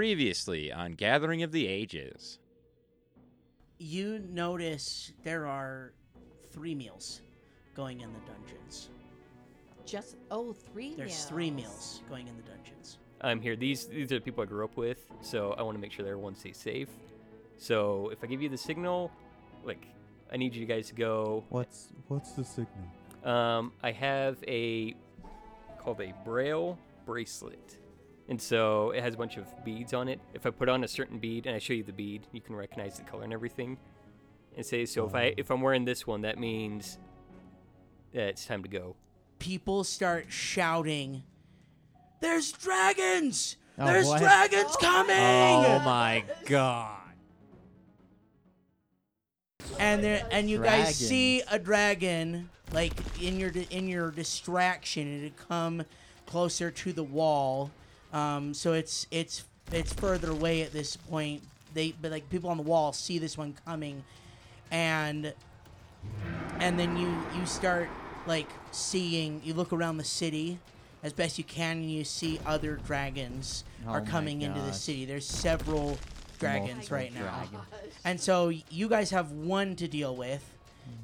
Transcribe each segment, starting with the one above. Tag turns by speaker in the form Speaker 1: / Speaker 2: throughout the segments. Speaker 1: Previously on Gathering of the Ages.
Speaker 2: You notice there are three meals going in the dungeons.
Speaker 3: Just oh, three.
Speaker 2: There's
Speaker 3: meals.
Speaker 2: three meals going in the dungeons.
Speaker 4: I'm here. These these are the people I grew up with, so I want to make sure that everyone stays safe. So if I give you the signal, like I need you guys to go.
Speaker 5: What's what's the signal?
Speaker 4: Um, I have a called a braille bracelet, and so it has a bunch of beads on it. If I put on a certain bead and I show you the bead, you can recognize the color and everything, and say so. If I if I'm wearing this one, that means that it's time to go.
Speaker 2: People start shouting, "There's dragons!
Speaker 5: Oh,
Speaker 2: There's
Speaker 5: what?
Speaker 2: dragons coming!"
Speaker 6: Oh my god.
Speaker 2: and there and you guys
Speaker 5: Dragons.
Speaker 2: see a dragon like in your in your distraction it had come closer to the wall um so it's it's it's further away at this point they but like people on the wall see this one coming and and then you you start like seeing you look around the city as best you can and you see other dragons are
Speaker 5: Oh my
Speaker 2: coming into the
Speaker 5: gosh.
Speaker 2: city there's several dragons
Speaker 5: Multiple
Speaker 2: right now
Speaker 5: dragons.
Speaker 2: and so y- you guys have one to deal with,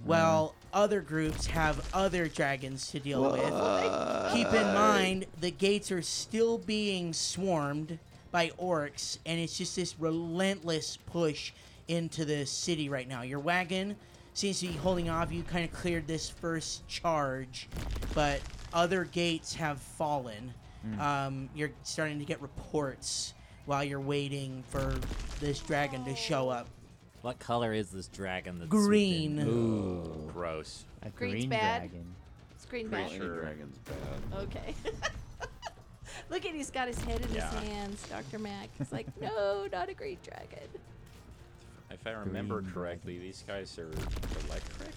Speaker 2: while other groups have other dragons to deal with. Keep in mind, the gates are still being swarmed by orcs, and it's just this relentless push into the city right now. Your wagon seems to be holding off. You kind of cleared this first charge, but other gates have fallen.
Speaker 5: Hmm.
Speaker 2: Um, you're starting to get reports while you're waiting for this dragon to show up.
Speaker 6: What color is this dragon that's swooped
Speaker 2: Green.
Speaker 6: in?
Speaker 1: Gross.
Speaker 5: A
Speaker 3: Green's
Speaker 5: green
Speaker 3: bad.
Speaker 5: dragon.
Speaker 3: Screen
Speaker 7: Pretty
Speaker 3: back.
Speaker 7: sure dragon's bad.
Speaker 6: Oh.
Speaker 3: Okay. Look at he's got his head in
Speaker 1: Yeah.
Speaker 3: his hands, Dr. Mac. It's like, no, not a great dragon.
Speaker 1: If I remember
Speaker 5: Green
Speaker 1: correctly, these guys are electric.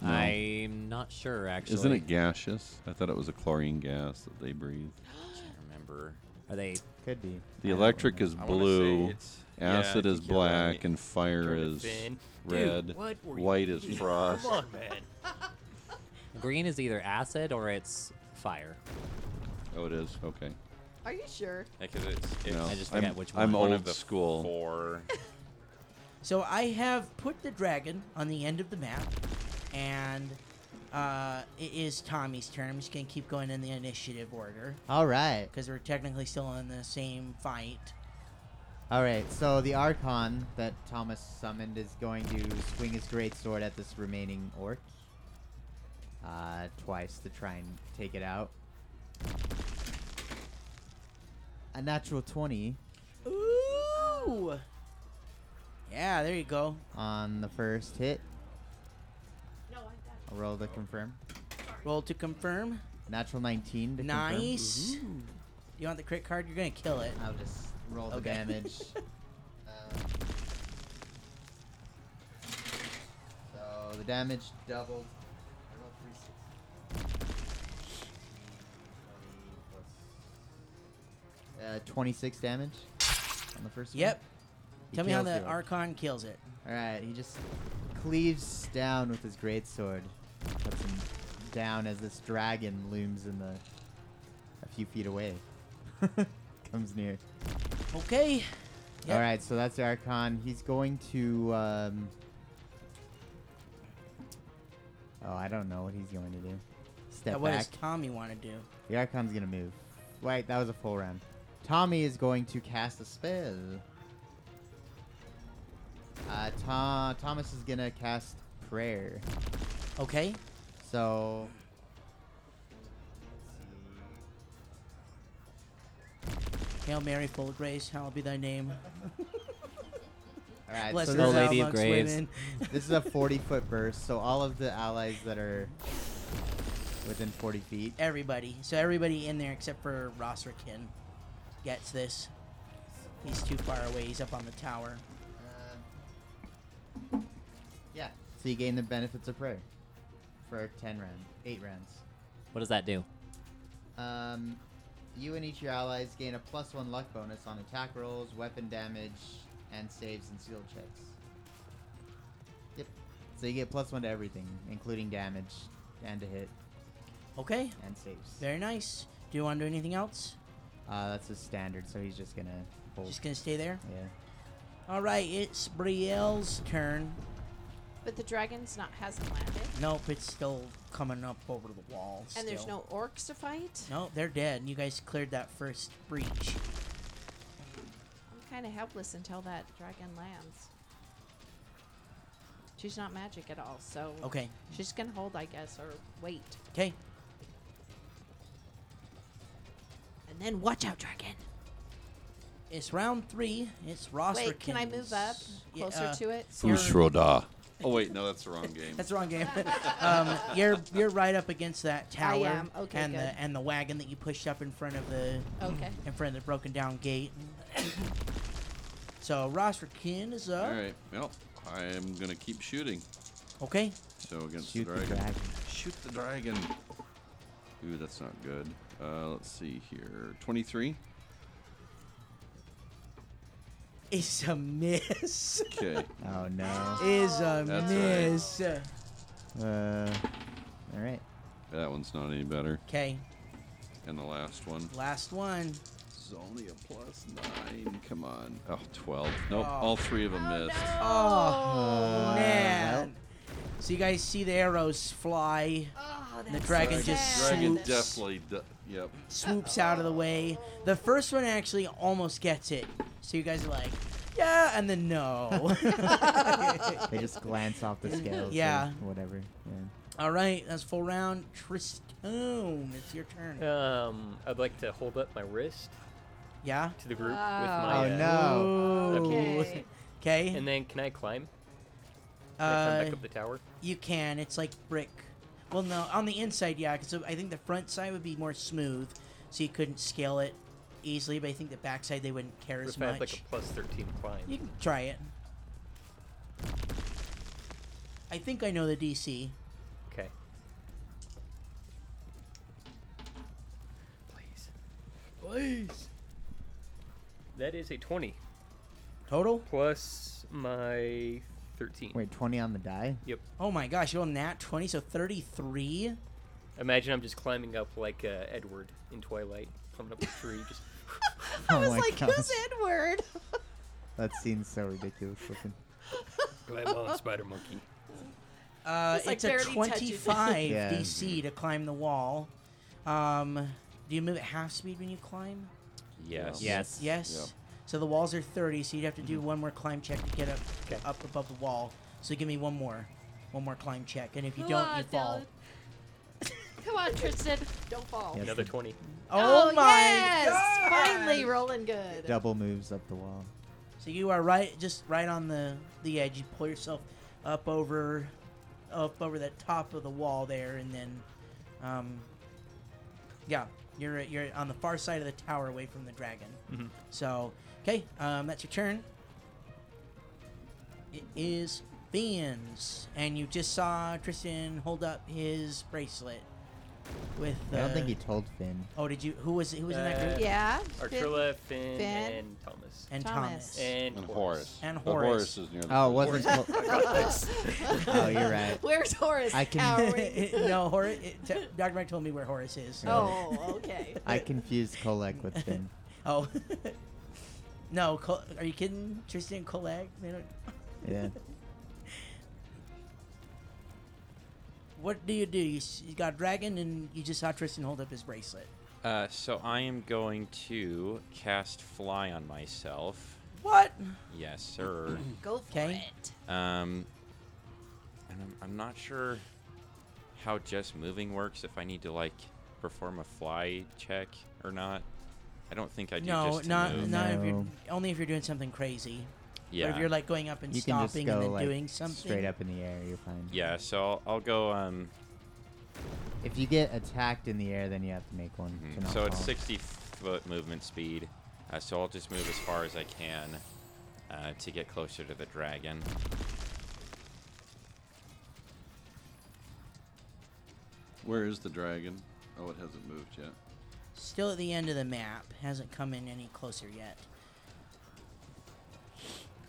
Speaker 7: No.
Speaker 6: I'm not sure actually.
Speaker 7: Isn't it gaseous? I thought it was a chlorine gas that they breathe.
Speaker 1: I can't remember.
Speaker 6: Are they
Speaker 5: Could be.
Speaker 7: The electric is
Speaker 1: I wanna say
Speaker 7: blue,
Speaker 1: it's- yeah, I
Speaker 7: acid
Speaker 1: think
Speaker 7: is
Speaker 1: you're right.
Speaker 7: black, and fire
Speaker 4: Turn it
Speaker 7: is
Speaker 4: thin.
Speaker 7: red.
Speaker 4: Dude, what were you
Speaker 7: White is
Speaker 4: eating?
Speaker 7: frost.
Speaker 4: Come on, man.
Speaker 6: green is either acid or it's fire.
Speaker 7: Oh, it is. Okay.
Speaker 3: Are you sure?
Speaker 1: Yeah, 'cause it's, it's
Speaker 7: No,
Speaker 6: I just
Speaker 7: I'm,
Speaker 6: forgot which
Speaker 7: I'm
Speaker 6: one.
Speaker 1: one
Speaker 7: old
Speaker 1: of the
Speaker 7: school.
Speaker 1: four.
Speaker 2: So I have put the dragon on the end of the map, and uh, it is Tommy's turn. I'm just gonna keep going in the initiative order
Speaker 5: All right.
Speaker 2: because we're technically still in the same fight.
Speaker 5: All right. So the archon that Thomas summoned is going to swing his greatsword at this remaining orc. Uh, twice to try and take it out. A natural twenty
Speaker 2: Ooh! Yeah, there you go.
Speaker 5: on the first hit.
Speaker 3: No, I got
Speaker 5: A roll to confirm.
Speaker 2: Roll to confirm.
Speaker 5: Natural nineteen to confirm.
Speaker 2: Nice. You want the crit card? You're gonna kill it.
Speaker 5: I'll just roll the
Speaker 2: Okay.
Speaker 5: damage. Um, so the damage doubled. I rolled three sixes. 20 plus- Uh, 26 damage on the first
Speaker 2: Yep.
Speaker 5: one.
Speaker 2: Tell me how the
Speaker 5: arc.
Speaker 2: Archon kills it.
Speaker 5: Alright, he just cleaves down with his greatsword. Cuts him down as this dragon looms in the. a few feet away. Comes near.
Speaker 2: Okay. Yep.
Speaker 5: All right, so that's Archon. He's going to. Um, oh, I don't know what he's going to do. Step
Speaker 2: Now, what
Speaker 5: back.
Speaker 2: does Tommy want to do?
Speaker 5: the Archon's going to move. Wait, that was a full round. Tommy is going to cast a spell. Uh, Tho- Thomas is going to cast prayer.
Speaker 2: Okay.
Speaker 5: So.
Speaker 2: Hail Mary, full of grace. Hallowed be thy name.
Speaker 5: All right,
Speaker 2: Bless
Speaker 5: so
Speaker 2: us
Speaker 5: this,
Speaker 6: Lady
Speaker 2: out
Speaker 6: of
Speaker 2: amongst
Speaker 6: Graves.
Speaker 2: women.
Speaker 5: this is a 40 foot burst, so all of the allies that are within 40 feet
Speaker 2: Everybody. So everybody in there except for Rosserkin gets this. He's too far away. He's up on the tower.
Speaker 5: Uh, yeah. So you gain the benefits of prayer for ten rounds, eight rounds.
Speaker 6: What does that do?
Speaker 5: Um, you and each of your allies gain a plus one luck bonus on attack rolls, weapon damage, and saves and seal checks. Yep. So you get plus one to everything, including damage and to hit
Speaker 2: Okay.
Speaker 5: and saves.
Speaker 2: Very nice. Do you want to do anything else?
Speaker 5: Uh, that's his standard, so he's just gonna cold.
Speaker 2: Just gonna stay there.
Speaker 5: Yeah.
Speaker 2: All right, it's Brielle's turn.
Speaker 3: But the dragon's not hasn't landed,
Speaker 2: Nope, it's still coming up over the wall.
Speaker 3: and there's
Speaker 2: still.
Speaker 3: no orcs to fight.
Speaker 2: No, they're dead. You guys cleared that first breach.
Speaker 3: I'm kind of helpless until that dragon lands. She's not magic at all, so
Speaker 2: Okay.
Speaker 3: she's gonna hold, I guess, or wait,
Speaker 2: Okay.
Speaker 3: and then watch out, dragon.
Speaker 2: It's round three. It's Ross.
Speaker 3: Wait, can I move up closer to it?
Speaker 7: Fushroda. Oh wait, no, that's the wrong game.
Speaker 2: uh, That's the wrong game. um, you're you're right up against that tower
Speaker 3: am. Okay,
Speaker 2: and
Speaker 3: good.
Speaker 2: the and the wagon that you pushed up in front of the
Speaker 3: Okay.
Speaker 2: in front of the broken down gate. so Rosterkin is up.
Speaker 7: All right. Well, I am gonna keep shooting.
Speaker 2: Okay.
Speaker 7: So against
Speaker 5: Shoot
Speaker 7: the
Speaker 5: the
Speaker 7: dragon.
Speaker 5: dragon.
Speaker 7: Shoot the dragon. Ooh, that's not good. Uh, let's see here. Twenty-three.
Speaker 2: It's a miss.
Speaker 7: Okay.
Speaker 5: Oh no.
Speaker 2: is a
Speaker 7: That's right.
Speaker 2: miss.
Speaker 5: Uh, all right.
Speaker 7: that one's not any better.
Speaker 2: Okay,
Speaker 7: And the last one.
Speaker 2: last one.
Speaker 7: This is only a plus nine. Come on. Oh, 12. Nope.
Speaker 2: Oh.
Speaker 7: All three of them missed.
Speaker 2: Oh,
Speaker 5: Uh,
Speaker 2: man. So you guys see the arrows fly.
Speaker 3: Oh,
Speaker 2: The dragon
Speaker 3: sad.
Speaker 2: just
Speaker 7: Dragon
Speaker 2: swoops.
Speaker 7: definitely. d yep.
Speaker 2: swoops out of the way. The first one actually almost gets it. So you guys are like, yeah, and then no.
Speaker 5: They just glance off the scales.
Speaker 2: Yeah.
Speaker 5: Or whatever. Yeah.
Speaker 2: All right, that's full round. Tristone, it's your turn.
Speaker 4: Um, I'd like to hold up my wrist
Speaker 2: yeah?
Speaker 4: to the group
Speaker 3: Wow.
Speaker 4: with my.
Speaker 5: Oh,
Speaker 4: uh,
Speaker 5: no.
Speaker 3: Okay.
Speaker 2: Okay.
Speaker 4: And then can I climb? Can I
Speaker 2: Uh,
Speaker 4: climb back up the tower?
Speaker 2: you can. It's like brick. Well, no, on the inside, yeah, because I think the front side would be more smooth, so you couldn't scale it easily, but I think the backside they wouldn't care
Speaker 4: Or
Speaker 2: as
Speaker 4: If I
Speaker 2: much.
Speaker 4: had like a plus 13 climb.
Speaker 2: You can try it. I think I know the DC.
Speaker 4: Okay. Please. Please. That is a 20
Speaker 2: Total?
Speaker 4: plus my 13.
Speaker 5: Wait, 20 on the die?
Speaker 2: Oh my gosh, you rolled a nat 20, so 33?
Speaker 4: Imagine I'm just climbing up like uh, Edward in Twilight, climbing up a tree. Just
Speaker 5: Oh
Speaker 3: I was
Speaker 5: my
Speaker 3: like,
Speaker 5: gosh.
Speaker 3: who's Edward?
Speaker 5: That seems so ridiculous looking.
Speaker 4: climb on, Spider Monkey.
Speaker 2: Uh,
Speaker 3: Just, like,
Speaker 2: it's a
Speaker 3: barely touches it.
Speaker 2: 25
Speaker 5: Yeah.
Speaker 2: DC to climb the wall. Um, do you move at half speed when you climb?
Speaker 1: Yes.
Speaker 6: Yes.
Speaker 2: Yes.
Speaker 7: Yep.
Speaker 2: So the walls are 30, so you'd have to do one more climb check to get up
Speaker 4: 'Kay.
Speaker 2: up above the wall. So give me one more, one more climb check, and if you
Speaker 3: Come
Speaker 2: don't,
Speaker 3: on,
Speaker 2: you fall.
Speaker 3: Dylan. Come on, Tristan. Don't fall.
Speaker 5: Yes.
Speaker 4: Another 20.
Speaker 2: Oh, my!
Speaker 3: Yes!
Speaker 2: God!
Speaker 3: Finally rolling good.
Speaker 5: Double moves up the wall.
Speaker 2: So you are right, just right on the the edge. You pull yourself up over, up over the top of the wall there, and then, um, yeah, you're you're on the far side of the tower, away from the dragon.
Speaker 4: Mhm.
Speaker 2: So okay, um, that's your turn. It is Finn's, and you just saw Tristan hold up his bracelet with.
Speaker 5: I don't think
Speaker 2: uh,
Speaker 5: he told Finn.
Speaker 2: Oh, did you? Who was who was in that
Speaker 4: Uh,
Speaker 2: group?
Speaker 3: Yeah.
Speaker 4: Artrilla, Finn,
Speaker 3: Finn.
Speaker 4: and Thomas.
Speaker 2: And
Speaker 3: Thomas.
Speaker 2: Thomas.
Speaker 4: And,
Speaker 7: And Horace.
Speaker 2: And
Speaker 7: The
Speaker 2: Horace.
Speaker 7: Horace is near the
Speaker 5: Oh, it wasn't. oh, you're right.
Speaker 3: Where's Horace?
Speaker 5: I can-
Speaker 3: Cowering.
Speaker 2: no, Horace. T- Dr. Mike told me where Horace is.
Speaker 3: Oh, okay.
Speaker 5: I confused Kolek with Finn.
Speaker 2: Oh. no, Col- are you kidding? Tristan and Colag? They don't.
Speaker 5: Yeah.
Speaker 2: What do you do? You, s- you got a dragon, and you just saw Tristan hold up his bracelet.
Speaker 1: Uh, so I am going to cast fly on myself.
Speaker 2: What?
Speaker 1: Yes, sir.
Speaker 3: Go for
Speaker 2: 'Kay.
Speaker 3: it.
Speaker 1: um, and I'm, I'm not sure how just moving works. If I need to like perform a fly check or not. I don't think I do.
Speaker 2: No,
Speaker 1: just to
Speaker 2: not
Speaker 1: move.
Speaker 2: not if you're
Speaker 5: No.
Speaker 2: only if you're doing something crazy.
Speaker 1: Yeah.
Speaker 2: But if you're like going up and
Speaker 5: You can just
Speaker 2: stopping
Speaker 5: go
Speaker 2: and then
Speaker 5: like
Speaker 2: doing something.
Speaker 5: straight up in the air. You're fine.
Speaker 1: yeah. So I'll, I'll go. Um.
Speaker 5: If you get attacked in the air, then you have to make one.
Speaker 1: mhm.
Speaker 5: to not
Speaker 1: So it's
Speaker 5: fall.
Speaker 1: 60 foot movement speed. Uh, so I'll just move as far as I can uh, to get closer to the dragon.
Speaker 7: Where is the dragon? Oh, it hasn't moved yet.
Speaker 2: Still at the end of the map. Hasn't come in any closer yet.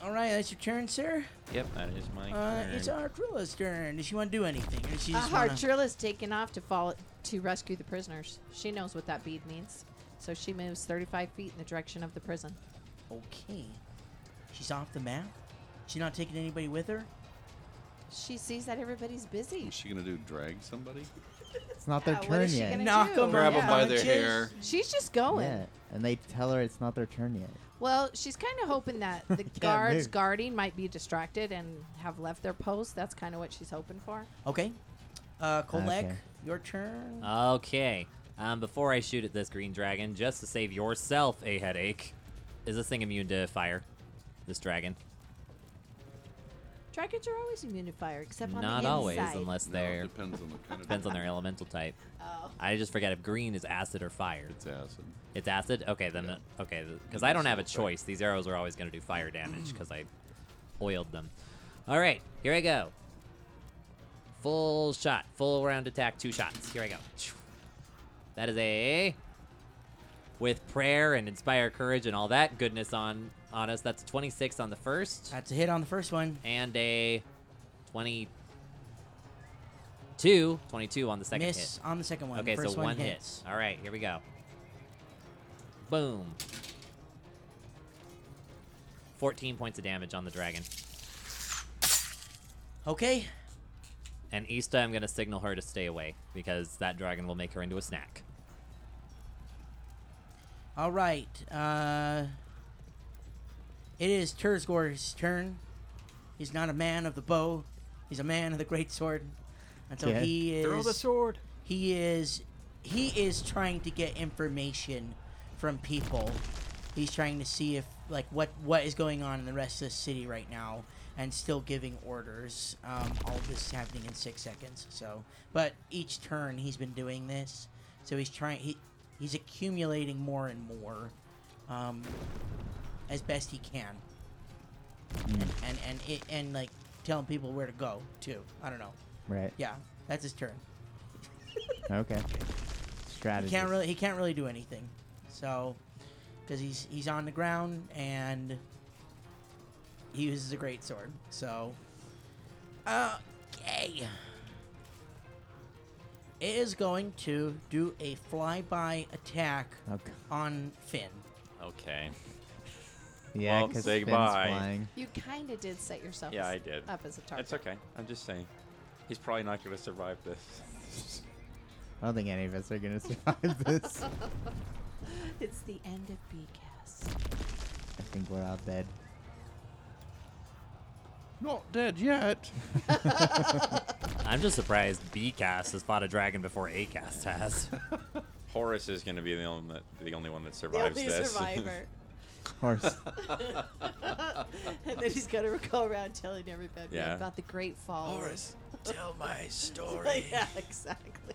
Speaker 2: All right, that's your turn, sir.
Speaker 1: Yep, that is my
Speaker 2: Uh,
Speaker 1: turn.
Speaker 2: it's Artrilla's turn. Does she want to do anything? Or does she
Speaker 3: Uh,
Speaker 2: just wanna-
Speaker 3: Artrilla's taken off to fall to rescue the prisoners. She knows what that bead means, so she moves 35 feet in the direction of the prison.
Speaker 2: Okay. She's off the map. She's not taking anybody with her.
Speaker 3: She sees that everybody's busy.
Speaker 7: Is she gonna do drag somebody?
Speaker 5: It's not their
Speaker 3: Yeah, what
Speaker 5: turn
Speaker 3: is she
Speaker 5: yet.
Speaker 3: gonna-
Speaker 2: Knock
Speaker 3: do.
Speaker 2: them
Speaker 3: Grab 'em by
Speaker 7: their hair.
Speaker 3: She's just going.
Speaker 5: Yeah, and they tell her it's not their turn yet.
Speaker 3: Well, she's kind of hoping that the
Speaker 5: Can't
Speaker 3: guards
Speaker 5: move.
Speaker 3: guarding might be distracted and have left their post. That's kind of what she's hoping for.
Speaker 2: Okay. Uh, Kolek,
Speaker 5: Okay.
Speaker 2: your turn.
Speaker 6: Okay. Um, before I shoot at this green dragon, just to save yourself a headache, is this thing immune to fire? This dragon?
Speaker 3: Dragons are always immune to fire, except on
Speaker 6: Not
Speaker 3: the
Speaker 6: always,
Speaker 3: inside.
Speaker 6: unless
Speaker 7: No,
Speaker 6: they're
Speaker 7: it depends on the kind of.
Speaker 6: depends on their elemental type.
Speaker 3: Oh.
Speaker 6: I just forget if green is acid or fire.
Speaker 7: It's acid.
Speaker 6: It's acid. Okay, then uh, okay, because I don't have a choice. These arrows are always going to do fire damage because I oiled them. All right, here I go. Full shot, full round attack, two shots. Here I go. That is a with prayer and inspire courage and all that goodness on on us. That's a 26 on the first
Speaker 2: That's a hit on the first one.
Speaker 6: and a 22 22 on the second hit.
Speaker 2: Miss on the second one.
Speaker 6: Okay,
Speaker 2: the first
Speaker 6: so one, hit.
Speaker 2: hits.
Speaker 6: All right, here we go. Boom. 14 points of damage on the dragon.
Speaker 2: Okay.
Speaker 6: And Ista, I'm going to signal her to stay away because that dragon will make her into a snack.
Speaker 2: All right. Uh, it is Terzgor's turn. He's not a man of the bow. He's a man of the great sword. And so
Speaker 5: Yeah.
Speaker 2: he is.
Speaker 4: Throw the sword.
Speaker 2: He is. He is trying to get information from people. He's trying to see if like what what is going on in the rest of the city right now, and still giving orders. Um, all this is happening in six seconds. So, but each turn he's been doing this. So he's trying. He he's accumulating more and more, um, as best he can. And and and, it, and like telling people where to go too. I don't know.
Speaker 5: Right.
Speaker 2: Yeah, that's his turn.
Speaker 5: Okay.
Speaker 2: He
Speaker 5: Strategy.
Speaker 2: can't really he can't really do anything. So because he's he's on the ground and he uses a great sword. So okay. It is going to do a flyby attack
Speaker 5: Okay.
Speaker 2: on Finn.
Speaker 1: Okay.
Speaker 5: Yeah,
Speaker 1: Well,
Speaker 5: because
Speaker 1: say goodbye.
Speaker 5: flying.
Speaker 3: You kind of did set yourself
Speaker 1: Yeah,
Speaker 3: as-
Speaker 1: I did.
Speaker 3: up as a target.
Speaker 1: That's okay. I'm just saying. He's probably not going to survive this.
Speaker 5: I don't think any of us are gonna survive this.
Speaker 3: It's the end of B-Cast.
Speaker 5: I think we're all dead.
Speaker 7: Not dead yet.
Speaker 6: I'm just surprised B-Cast has fought a dragon before A-Cast has.
Speaker 1: Horace is going to be the only, that, the only one that survives this.
Speaker 5: Of course.
Speaker 3: and then he's going to go around telling everybody
Speaker 1: Yeah.
Speaker 3: about the Great Fall.
Speaker 1: Horace, tell my story.
Speaker 3: yeah, exactly.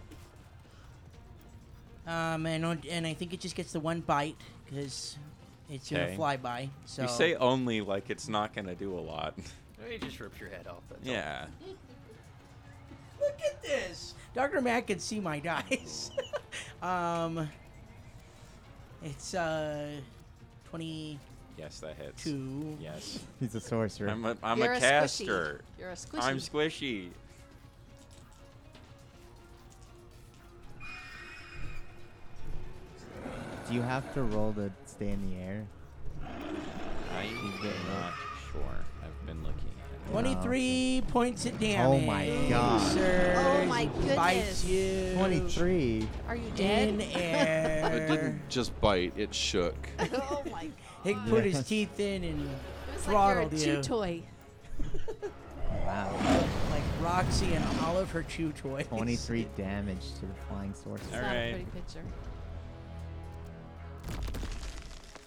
Speaker 2: Um and on- and I think it just gets the one bite because it's
Speaker 1: Okay.
Speaker 2: doing a flyby. So
Speaker 1: You say only like it's not going to do a lot.
Speaker 4: It just rips your head off. That's all.
Speaker 1: yeah.
Speaker 2: Look at this. Dr. Matt can see my dice. um, it's uh, 22.
Speaker 1: Yes, that hits. Yes.
Speaker 5: He's a sorcerer.
Speaker 1: I'm a, I'm
Speaker 3: You're
Speaker 1: a
Speaker 3: squishy.
Speaker 1: caster.
Speaker 3: You're a squishy.
Speaker 1: I'm squishy.
Speaker 5: Do you have to roll to stay in the air?
Speaker 1: I'm not sure. I've been looking.
Speaker 5: Wow.
Speaker 2: 23 points of damage.
Speaker 5: Oh my God.
Speaker 2: Sir,
Speaker 3: Oh my goodness.
Speaker 2: Bites you.
Speaker 5: 23.
Speaker 3: Are you
Speaker 2: In
Speaker 3: dead?
Speaker 7: It
Speaker 2: air.
Speaker 7: didn't just bite. It shook.
Speaker 3: oh my god.
Speaker 2: He put his teeth in and
Speaker 3: It was like
Speaker 2: throttled
Speaker 3: you're a chew
Speaker 2: you.
Speaker 3: toy.
Speaker 5: Wow.
Speaker 2: like Roxy and all of her chew toys.
Speaker 5: 23 damage to the flying sorcerer.
Speaker 3: It's
Speaker 1: All
Speaker 3: not
Speaker 1: right.
Speaker 3: a pretty picture.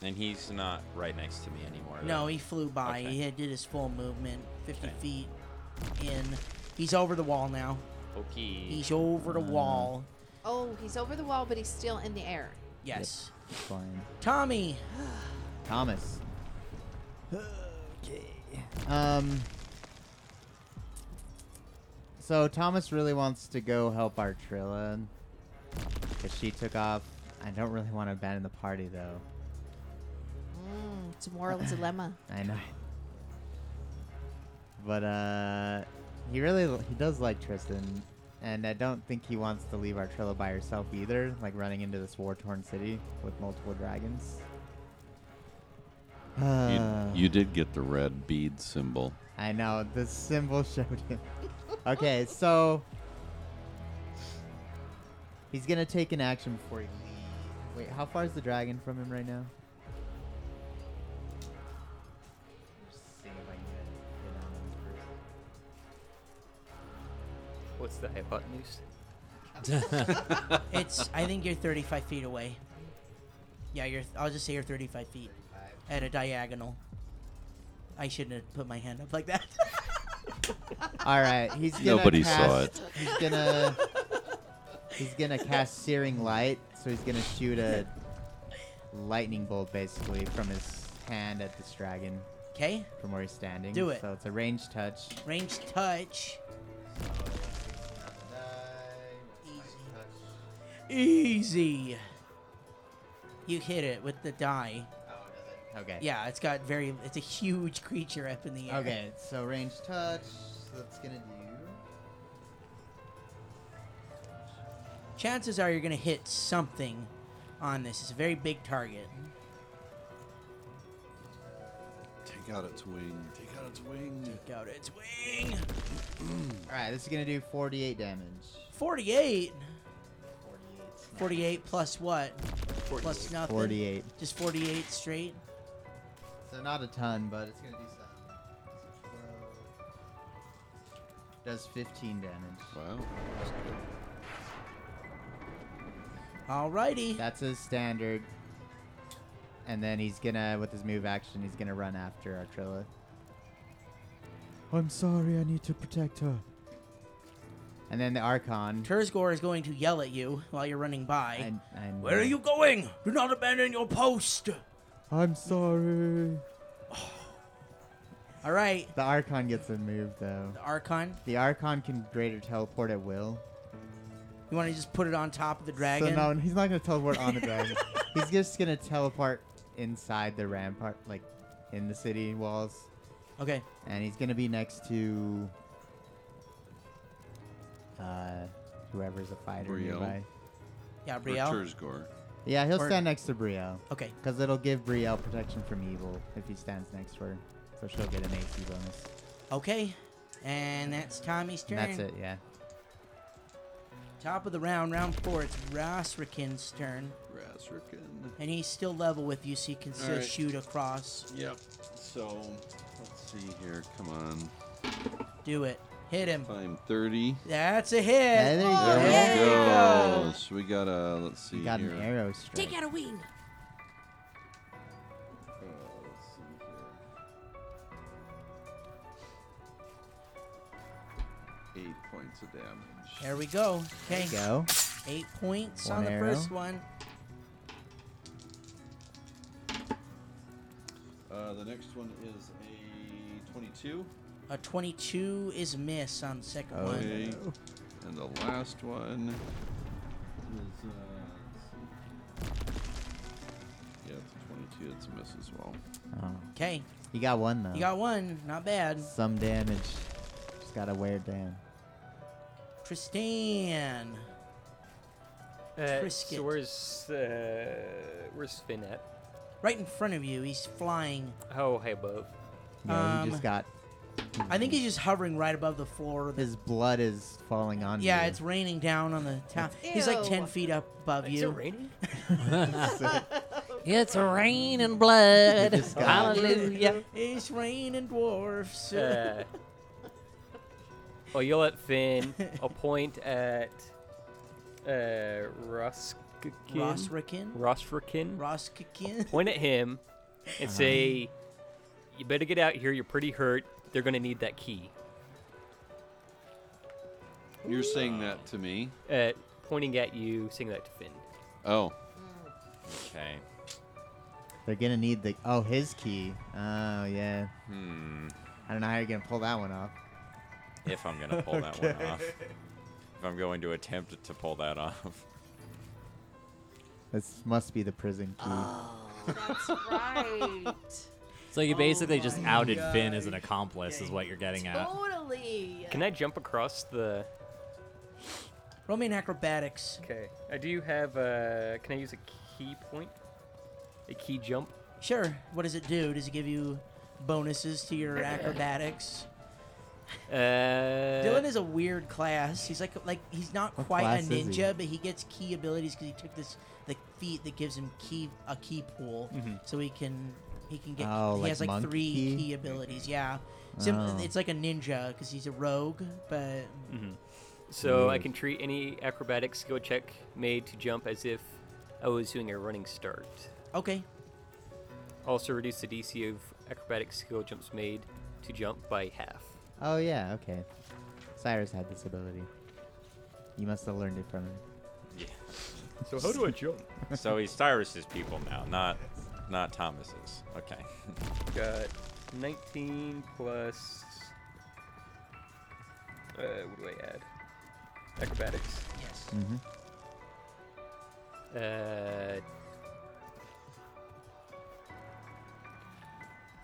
Speaker 1: And he's not right next to me anymore.
Speaker 2: No,
Speaker 1: though.
Speaker 2: he flew by.
Speaker 1: Okay.
Speaker 2: He had- did his full movement, 50
Speaker 1: Okay.
Speaker 2: feet in. He's over the wall now.
Speaker 1: Okay.
Speaker 2: He's over
Speaker 1: Uh,
Speaker 2: the wall.
Speaker 3: Oh, he's over the wall, but he's still in the air.
Speaker 2: Yes.
Speaker 5: Flying.
Speaker 2: Tommy.
Speaker 5: Thomas. Okay. Um. So Thomas really wants to go help our Trilla, cause she took off. I don't really want to abandon the party though.
Speaker 3: Mm, it's a moral dilemma.
Speaker 5: I know. But uh, he really he does like Tristan, and I don't think he wants to leave Artrilla by herself either. Like running into this war-torn city with multiple dragons. Uh,
Speaker 7: You, you did get the red bead symbol.
Speaker 5: I know the symbol showed him. okay, so he's gonna take an action before he leaves. Wait, how far is the dragon from him right now?
Speaker 4: What's the hypotenuse?
Speaker 2: It's. I think you're 35 feet away. Yeah, you're. I'll just say you're 35 feet at a diagonal. I shouldn't have put my hand up like that.
Speaker 5: All right, he's gonna
Speaker 7: Nobody
Speaker 5: cast,
Speaker 7: saw
Speaker 5: He's gonna he's gonna cast searing light, so he's gonna shoot a lightning bolt basically from his hand at this dragon
Speaker 2: Okay,
Speaker 5: from where he's standing.
Speaker 2: Do it.
Speaker 5: So it's a ranged touch.
Speaker 2: range touch. Easy. You hit it with the die.
Speaker 5: Okay.
Speaker 2: Yeah, it's got very. It's a huge creature up in the air.
Speaker 5: Okay, so ranged touch. So that's gonna do.
Speaker 2: Chances are you're gonna hit something on this. It's a very big target.
Speaker 7: Take out its wing. Take out its wing.
Speaker 2: Take out its wing.
Speaker 5: All right, this is gonna do 48 damage.
Speaker 2: 48. 48 plus what? Plus nothing.
Speaker 5: 48.
Speaker 2: Just 48 straight.
Speaker 5: So not a ton, but it's gonna do some. Does 15 damage.
Speaker 7: Wow. That's good.
Speaker 2: Alrighty.
Speaker 5: That's his standard. And then he's gonna, with his move action, he's gonna run after Artrilla. I'm sorry, I need to protect her. And then the Archon.
Speaker 2: Terzgor is going to yell at you while you're running by.
Speaker 5: And, and
Speaker 2: Where are you going? Do not abandon your post.
Speaker 5: I'm sorry.
Speaker 2: All right.
Speaker 5: The Archon gets a move though.
Speaker 2: The Archon.
Speaker 5: The Archon can greater teleport at will.
Speaker 2: You want to just put it on top of the dragon?
Speaker 5: So no, he's not gonna teleport on the dragon. he's just gonna teleport inside the rampart, like in the city walls,
Speaker 2: Okay.
Speaker 5: and he's gonna be next to uh, whoever's a fighter
Speaker 7: Brielle.
Speaker 5: nearby.
Speaker 2: Yeah,
Speaker 7: Or
Speaker 2: Brielle.
Speaker 7: Terzgor.
Speaker 5: Yeah, he'll
Speaker 2: Or-
Speaker 5: stand next to Brielle
Speaker 2: Okay.
Speaker 5: because it'll give Brielle protection from evil if he stands next to her, so she'll get an AC bonus.
Speaker 2: Okay. And that's Tommy's turn.
Speaker 5: And that's it. Yeah.
Speaker 2: Top of the round, round four. It's Rasrikin's turn,
Speaker 7: Razrican.
Speaker 2: and he's still level with you, so you can still
Speaker 7: All right.
Speaker 2: shoot across.
Speaker 7: Yep. So, let's see here. Come on.
Speaker 2: Do it. Hit him.
Speaker 7: Climb 30.
Speaker 2: That's a hit.
Speaker 5: Hey, there you go.
Speaker 7: There we
Speaker 2: There you
Speaker 7: go. So we got a, let's see
Speaker 5: He got
Speaker 7: here.
Speaker 5: an arrow strike.
Speaker 3: Take out a wing.
Speaker 7: Uh, let's see here. Eight points of damage.
Speaker 2: There we go.
Speaker 5: There
Speaker 2: Okay.
Speaker 5: you go.
Speaker 2: Eight points
Speaker 5: One
Speaker 2: on the
Speaker 5: arrow.
Speaker 2: first one.
Speaker 7: Uh, the next one is a 22.
Speaker 2: A 22 is miss on the second
Speaker 5: Oh,
Speaker 2: one.
Speaker 7: Okay. And the last one is. Uh, let's see. yeah, it's a 22. It's a miss as well.
Speaker 5: Oh.
Speaker 2: Okay.
Speaker 5: He got one though.
Speaker 2: You got one. Not bad.
Speaker 5: some damage. Just gotta wear it down.
Speaker 2: Tristan.
Speaker 4: Uh,
Speaker 2: Trisket.
Speaker 4: so where's uh, where's Finn at?
Speaker 2: Right in front of you. He's flying.
Speaker 4: How high above?
Speaker 5: No, he
Speaker 2: Um,
Speaker 5: just got.
Speaker 2: I think he's just hovering right above the floor. of the-
Speaker 5: His blood is falling on.
Speaker 2: yeah,
Speaker 5: you.
Speaker 2: it's raining down on the town. He's like 10
Speaker 3: Ew.
Speaker 2: feet up above
Speaker 4: Is it
Speaker 2: you.
Speaker 4: raining?
Speaker 6: It's rain and blood.
Speaker 5: Just got-
Speaker 6: Hallelujah.
Speaker 2: It's raining dwarfs.
Speaker 4: uh, well, you'll let Finn. I'll point at uh, Roskikin.
Speaker 2: Rosrikin.
Speaker 4: Rosfrikin.
Speaker 2: Roskikin.
Speaker 4: point at him
Speaker 2: Uh-huh.
Speaker 4: and say, "You better get out here. You're pretty hurt. They're gonna need that key."
Speaker 7: You're saying that to me?
Speaker 4: Uh, pointing at you, saying that to Finn.
Speaker 7: Oh.
Speaker 1: Okay.
Speaker 5: They're gonna need the. Oh, his key. Oh yeah.
Speaker 1: Hmm.
Speaker 5: I don't know how you're gonna pull that one off.
Speaker 1: If I'm gonna pull that one off. If I'm going to attempt to pull that off.
Speaker 5: This must be the prison key.
Speaker 2: Oh.
Speaker 3: That's right.
Speaker 6: So you basically
Speaker 2: Oh
Speaker 6: just outed Finn as an
Speaker 5: gosh.
Speaker 6: accomplice, is what you're getting at.
Speaker 3: totally.
Speaker 4: Can I jump across the?
Speaker 2: Roll me an acrobatics.
Speaker 4: Okay, I do have. Uh, can I use a key point? A key jump?
Speaker 2: Sure. What does it do? Does it give you bonuses to your acrobatics?
Speaker 4: Uh,
Speaker 2: Dylan is a weird class. He's like like he's not
Speaker 5: What
Speaker 2: quite a
Speaker 5: class is he?
Speaker 2: ninja, but he gets key abilities because he took this the feat that gives him key a key pool,
Speaker 4: Mm-hmm.
Speaker 2: so he can he can get
Speaker 5: Oh,
Speaker 2: he
Speaker 5: like
Speaker 2: has like
Speaker 5: monk
Speaker 2: three
Speaker 5: key?
Speaker 2: key abilities. Yeah, Sim-
Speaker 5: Oh.
Speaker 2: it's like a ninja because he's a rogue, but
Speaker 4: Mm-hmm. So I can treat any acrobatic skill check made to jump as if I was doing a running start.
Speaker 2: okay,
Speaker 4: Also reduce the DC of acrobatic skill jumps made to jump by half.
Speaker 5: Oh yeah, okay. Cyrus had this ability. You must have learned it from him.
Speaker 4: So how do I jump?
Speaker 1: so he's Cyrus's people now, not not Thomas's. Okay.
Speaker 4: Got 19 plus. Uh, what do I add? Acrobatics.
Speaker 2: yes,
Speaker 5: Mm-hmm.
Speaker 4: Uh,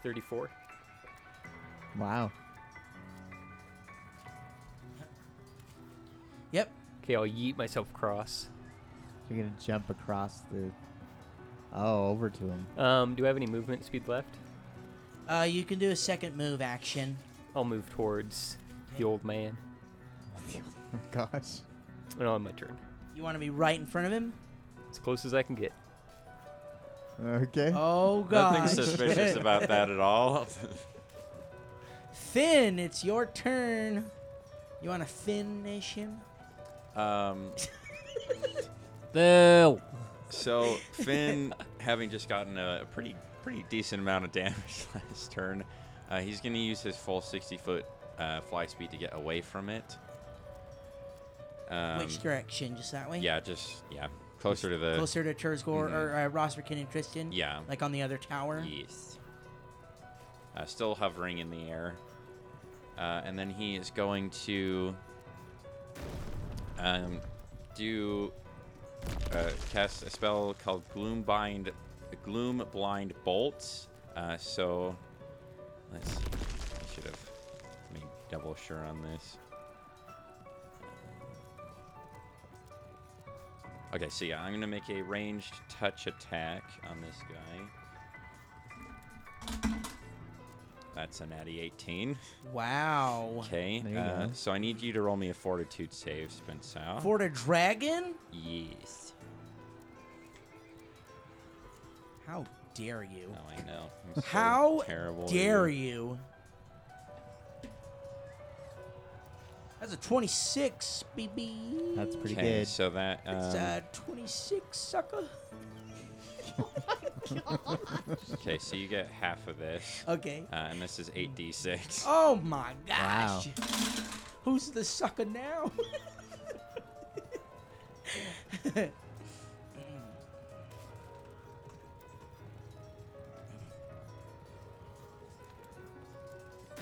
Speaker 4: 34.
Speaker 5: Wow.
Speaker 2: yep.
Speaker 4: Okay, I'll yeet myself across.
Speaker 5: You're gonna jump across the. Oh, over to him.
Speaker 4: Um, do I have any movement speed left?
Speaker 2: Uh, you can do a second move action.
Speaker 4: I'll move towards the old man.
Speaker 5: Gosh.
Speaker 4: And I'll end my turn.
Speaker 2: You want to be right in front of him?
Speaker 4: As close as I can get.
Speaker 5: Okay.
Speaker 2: Oh god,
Speaker 1: Nothing suspicious about that at all.
Speaker 2: Finn, it's your turn. You want to finish him?
Speaker 1: um,
Speaker 6: Boo!
Speaker 1: so Finn, having just gotten a, a pretty pretty decent amount of damage last turn, uh, he's going to use his full 60 foot uh, fly speed to get away from it. Um,
Speaker 2: Which direction? Just that way?
Speaker 1: Yeah, just yeah, closer to the Mm-hmm.
Speaker 2: Closer to Terzgor or uh, Ross McKinnon and Tristan?
Speaker 1: Yeah.
Speaker 2: Like on the other tower?
Speaker 1: Yes. Uh, still hovering in the air. Uh, and then he is going to um, do uh, cast a spell called Gloom Bind, Gloom Blind Bolt. Uh, so let's. See. I should have made double sure on this. Okay, so yeah, I'm gonna make a ranged touch attack on this guy. That's an natty 18.
Speaker 2: Wow.
Speaker 1: Okay.
Speaker 5: There you
Speaker 1: Uh,
Speaker 5: go.
Speaker 1: so I need you to roll me a fortitude save, Spencer.
Speaker 2: For the dragon?
Speaker 1: yes.
Speaker 2: How dare you?
Speaker 1: Oh, I know. I'm so
Speaker 2: How
Speaker 1: terrible. at
Speaker 2: dare
Speaker 1: it.
Speaker 2: you? That's a 26, baby.
Speaker 5: That's pretty
Speaker 1: Okay,
Speaker 5: good.
Speaker 1: So that. Um,
Speaker 2: It's a 26, sucker. Oh
Speaker 1: okay, so you get half of this.
Speaker 2: Okay.
Speaker 1: Uh, and this is 8d6.
Speaker 2: Oh my gosh. Who's the sucker now?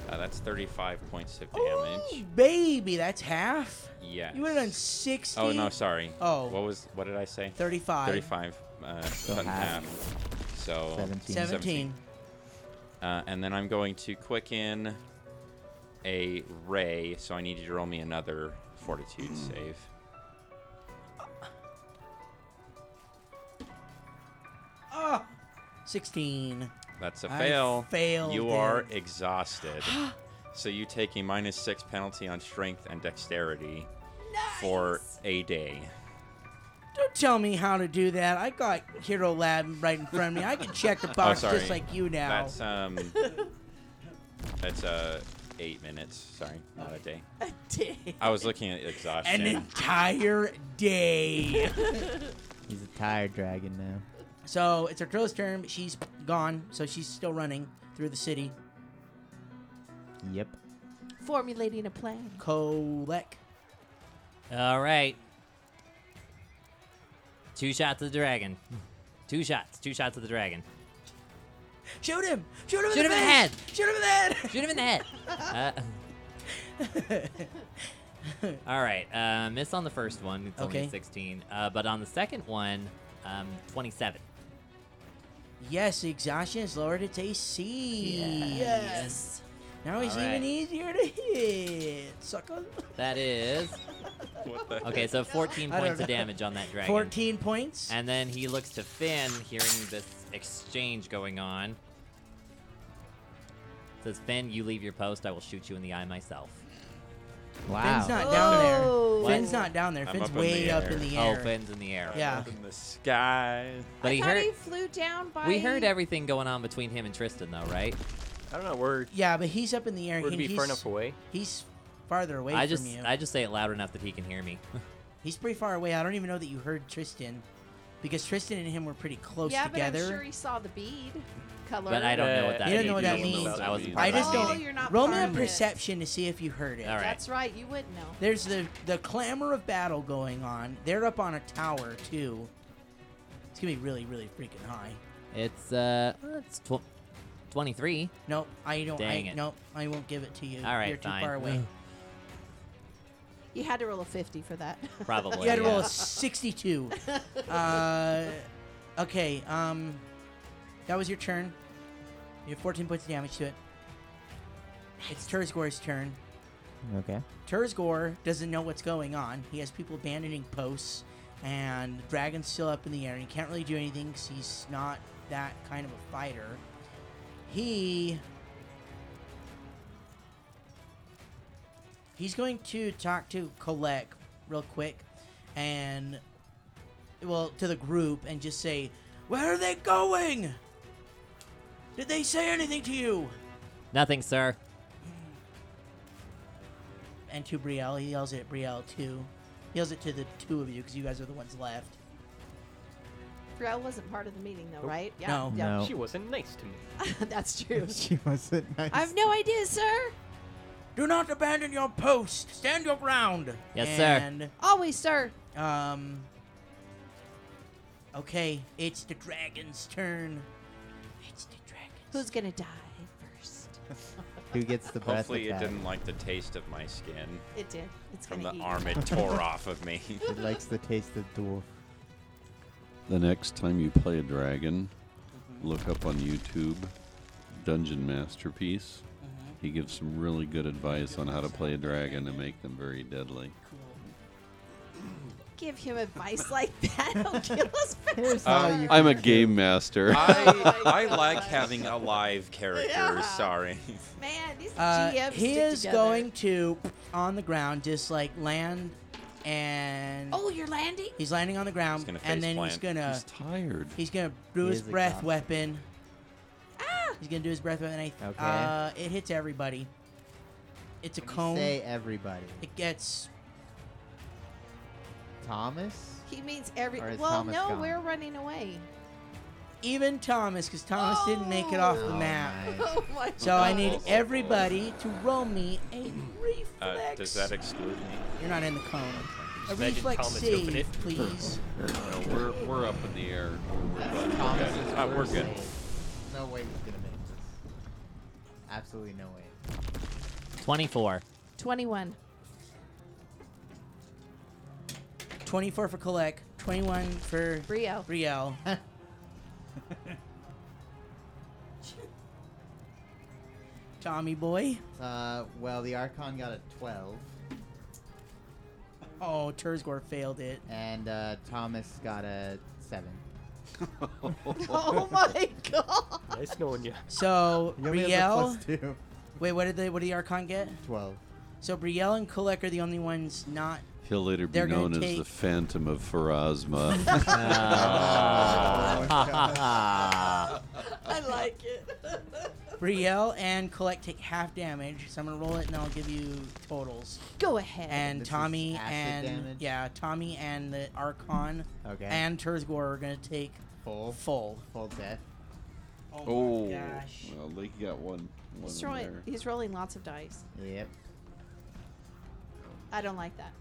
Speaker 1: Uh, that's 35 points of
Speaker 2: Ooh,
Speaker 1: damage.
Speaker 2: baby, that's half.
Speaker 1: Yeah.
Speaker 2: You would have done 60.
Speaker 1: Oh, no, sorry.
Speaker 2: Oh.
Speaker 1: What was. What did I say?
Speaker 2: 35.
Speaker 1: 35. Uh, cut in
Speaker 5: half.
Speaker 1: half. So.
Speaker 5: 17.
Speaker 2: 17.
Speaker 1: Uh, and then I'm going to quicken a ray, so I need you to roll me another fortitude
Speaker 2: Mm.
Speaker 1: save.
Speaker 2: Ah, 16.
Speaker 1: That's a
Speaker 2: I
Speaker 1: fail.
Speaker 2: failed
Speaker 1: You are
Speaker 2: it.
Speaker 1: exhausted. so you take a minus six penalty on strength and dexterity for a day.
Speaker 2: Don't tell me how to do that. I got Hero Lab right in front of me. I can check the box
Speaker 1: Oh, sorry.
Speaker 2: just like you now.
Speaker 1: That's um That's uh eight minutes. Sorry, not a day.
Speaker 3: A day.
Speaker 1: I was looking at
Speaker 2: An
Speaker 1: exhaustion.
Speaker 2: entire day.
Speaker 5: He's a tired dragon now.
Speaker 2: so it's her girl's turn. but She's gone, so she's still running through the city.
Speaker 5: Yep.
Speaker 3: Formulating a plan.
Speaker 2: Kolek.
Speaker 6: All right. Two shots at the dragon. Two shots. Two shots at the dragon.
Speaker 2: Shoot him! Shoot him in
Speaker 6: Shoot him
Speaker 2: the
Speaker 6: in the
Speaker 2: face!
Speaker 6: head!
Speaker 2: Shoot him in the head!
Speaker 6: Shoot him in the head. Uh, all right. Uh, miss on the first one. It's
Speaker 2: Okay.
Speaker 6: only 16. Uh, but on the second one, um, 27.
Speaker 2: Yes, the exhaustion is lowered its AC. Now he's
Speaker 6: All right.
Speaker 2: even easier to hit, sucker.
Speaker 6: That is
Speaker 1: What the
Speaker 6: Okay, so 14
Speaker 2: I don't
Speaker 6: points of
Speaker 2: know.
Speaker 6: damage on that dragon.
Speaker 2: 14 points.
Speaker 6: And then he looks to Finn, hearing this exchange going on. Says, Finn, you leave your post. I will shoot you in the eye myself.
Speaker 5: Wow.
Speaker 2: Finn's not down
Speaker 3: Oh.
Speaker 2: there. Finn's not down there.
Speaker 1: I'm
Speaker 2: Finn's
Speaker 1: up in
Speaker 2: way
Speaker 1: the
Speaker 2: up
Speaker 1: air.
Speaker 2: in the
Speaker 6: Oh,
Speaker 2: air.
Speaker 6: Finn's in the air.
Speaker 2: Yeah.
Speaker 1: Up in the sky.
Speaker 6: But
Speaker 3: I
Speaker 6: he
Speaker 3: thought
Speaker 6: heard.
Speaker 3: he flew down by.
Speaker 6: We heard everything going on between him and Tristan, though, right?
Speaker 4: I don't know. We're
Speaker 2: Yeah, but he's up in the air.
Speaker 4: we're
Speaker 2: He-
Speaker 4: to be
Speaker 2: he's,
Speaker 4: far enough away.
Speaker 2: he's farther away
Speaker 6: I
Speaker 2: from
Speaker 6: just
Speaker 2: you.
Speaker 6: I just say it loud enough that he can hear me.
Speaker 2: he's pretty far away. I don't even know that you heard Tristan, because Tristan and him were pretty close
Speaker 3: yeah,
Speaker 2: together.
Speaker 3: but I'm sure he saw the bead color.
Speaker 6: But I don't know what
Speaker 4: Uh,
Speaker 6: that
Speaker 2: You don't know what that
Speaker 6: means.
Speaker 2: means.
Speaker 6: I wasn't part
Speaker 2: I
Speaker 6: of that
Speaker 2: just
Speaker 6: meeting.
Speaker 3: oh,
Speaker 2: don't-
Speaker 3: You're not
Speaker 2: Roll me
Speaker 3: part
Speaker 2: a
Speaker 3: of it.
Speaker 2: perception to see if you heard it.
Speaker 6: All right.
Speaker 3: That's right. You wouldn't know.
Speaker 2: There's the the clamor of battle going on. They're up on a tower too. It's gonna be really, really freaking high.
Speaker 6: It's uh, it's tw- twenty-three.
Speaker 2: Nope, I don't.
Speaker 6: Dang
Speaker 2: I,
Speaker 6: it.
Speaker 2: Nope, I won't give it to you.
Speaker 6: All right,
Speaker 2: you're too
Speaker 6: fine.
Speaker 2: far away.
Speaker 3: You had to roll a 50 for that.
Speaker 6: Probably.
Speaker 2: you had to roll a
Speaker 6: yeah.
Speaker 2: 62. uh, okay, um, that was your turn. You have 14 points of damage to it. It's Turzgor's turn.
Speaker 5: Okay.
Speaker 2: Turzgor doesn't know what's going on. He has people abandoning posts, and the dragon's still up in the air. And he can't really do anything because he's not that kind of a fighter. He. He's going to talk to Kolek real quick and. Well, to the group and just say, Where are they going? Did they say anything to you?
Speaker 6: Nothing, sir.
Speaker 2: and to Brielle. He yells it at Brielle too. He yells it to the two of you because you guys are the ones left.
Speaker 3: Grell wasn't part of the meeting, though,
Speaker 4: Nope.
Speaker 3: right? Yeah.
Speaker 2: No.
Speaker 5: No.
Speaker 4: She wasn't nice to me.
Speaker 3: yeah. That's true.
Speaker 5: She wasn't nice.
Speaker 3: I have no idea, sir.
Speaker 2: Do not abandon your post. Stand your ground.
Speaker 6: Yes, sir.
Speaker 2: and,
Speaker 3: Always, sir.
Speaker 2: Um. Okay, it's the dragon's turn. It's the dragon's.
Speaker 3: Who's gonna die first?
Speaker 5: Who gets the breath
Speaker 1: Hopefully, it
Speaker 5: attack?
Speaker 1: didn't like the taste of my skin
Speaker 3: It did. It's
Speaker 1: from
Speaker 3: gonna
Speaker 1: the
Speaker 3: eat.
Speaker 1: arm it tore off of me.
Speaker 5: It likes the taste of dwarf.
Speaker 7: The next time you play a dragon, look up on YouTube Dungeon Masterpiece. He gives some really good advice on how to play a dragon and make them very deadly.
Speaker 2: Cool.
Speaker 3: Give him advice like that. He'll kill us first.
Speaker 5: how
Speaker 3: sir.
Speaker 5: you-
Speaker 7: I'm a game master. Oh
Speaker 1: I, I like having a live character.
Speaker 3: Yeah.
Speaker 1: Sorry.
Speaker 3: Man, these
Speaker 2: Uh,
Speaker 3: GMs
Speaker 2: he
Speaker 3: stick
Speaker 2: is
Speaker 3: together.
Speaker 2: going to on the ground, just like land, and
Speaker 3: Oh, you're landing.
Speaker 2: he's landing on the ground,
Speaker 1: gonna
Speaker 2: and
Speaker 1: face
Speaker 2: then he's
Speaker 1: plant.
Speaker 2: gonna
Speaker 7: He's tired.
Speaker 2: He's gonna do
Speaker 5: He
Speaker 2: his
Speaker 5: is
Speaker 2: breath
Speaker 5: exhausted.
Speaker 2: weapon.
Speaker 3: Ah!
Speaker 2: He's gonna do his breath weapon. I,
Speaker 5: Okay.
Speaker 2: Uh, it hits everybody. It's a cone.
Speaker 5: Say everybody.
Speaker 2: It gets.
Speaker 5: Thomas?
Speaker 3: He means every.
Speaker 5: Or is
Speaker 3: Well,
Speaker 5: Thomas
Speaker 3: no,
Speaker 5: gone?
Speaker 3: we're running away.
Speaker 2: Even Thomas, because Thomas didn't make it off the
Speaker 5: Oh,
Speaker 2: map.
Speaker 5: nice.
Speaker 3: Oh my
Speaker 2: So I need
Speaker 1: Oh.
Speaker 2: everybody to roll me a reflex.
Speaker 1: Uh, does that exclude me?
Speaker 2: You're not in the cone. A
Speaker 4: Imagine
Speaker 2: reflex
Speaker 4: Thomas
Speaker 2: save,
Speaker 4: open it.
Speaker 2: please.
Speaker 7: No, we're, we're up in the air.
Speaker 5: Thomas
Speaker 1: Okay.
Speaker 5: is
Speaker 1: Uh, we're
Speaker 5: worse
Speaker 1: good.
Speaker 5: than- No way he's gonna make this. Absolutely no way.
Speaker 6: Twenty-four.
Speaker 3: 21.
Speaker 2: 24 for Collect. 21 for
Speaker 3: Brio.
Speaker 2: Brielle. Tommy boy.
Speaker 5: Uh, well, the Archon got a 12,
Speaker 2: Oh, Terzgor failed it.
Speaker 5: and uh, Thomas got a 7.
Speaker 3: Oh my god.
Speaker 4: Nice knowing you.
Speaker 2: So
Speaker 5: You only have the
Speaker 2: Brielle,
Speaker 5: plus two.
Speaker 2: wait, what did they? What did the Archon get?
Speaker 5: 12.
Speaker 2: So Brielle and Kolek are the only ones not.
Speaker 7: He'll later be
Speaker 2: They're gonna
Speaker 7: known as
Speaker 2: take-
Speaker 7: the Phantom of Farazma. Oh, Ah.
Speaker 3: I like it.
Speaker 2: Brielle and Kolek take half damage, so I'm gonna roll it and I'll give you totals.
Speaker 3: Go ahead.
Speaker 2: And
Speaker 5: This is
Speaker 2: Tommy
Speaker 5: acid
Speaker 2: and
Speaker 5: damage?
Speaker 2: yeah, Tommy and the Archon
Speaker 5: Okay.
Speaker 2: and Terzgor are gonna take
Speaker 5: full.
Speaker 2: full.
Speaker 5: Full death.
Speaker 2: Oh,
Speaker 7: oh,
Speaker 2: my gosh!
Speaker 7: well, they got one. one
Speaker 3: he's,
Speaker 7: in
Speaker 3: rolling,
Speaker 7: there.
Speaker 3: he's rolling lots of dice.
Speaker 5: Yep.
Speaker 3: I don't like that.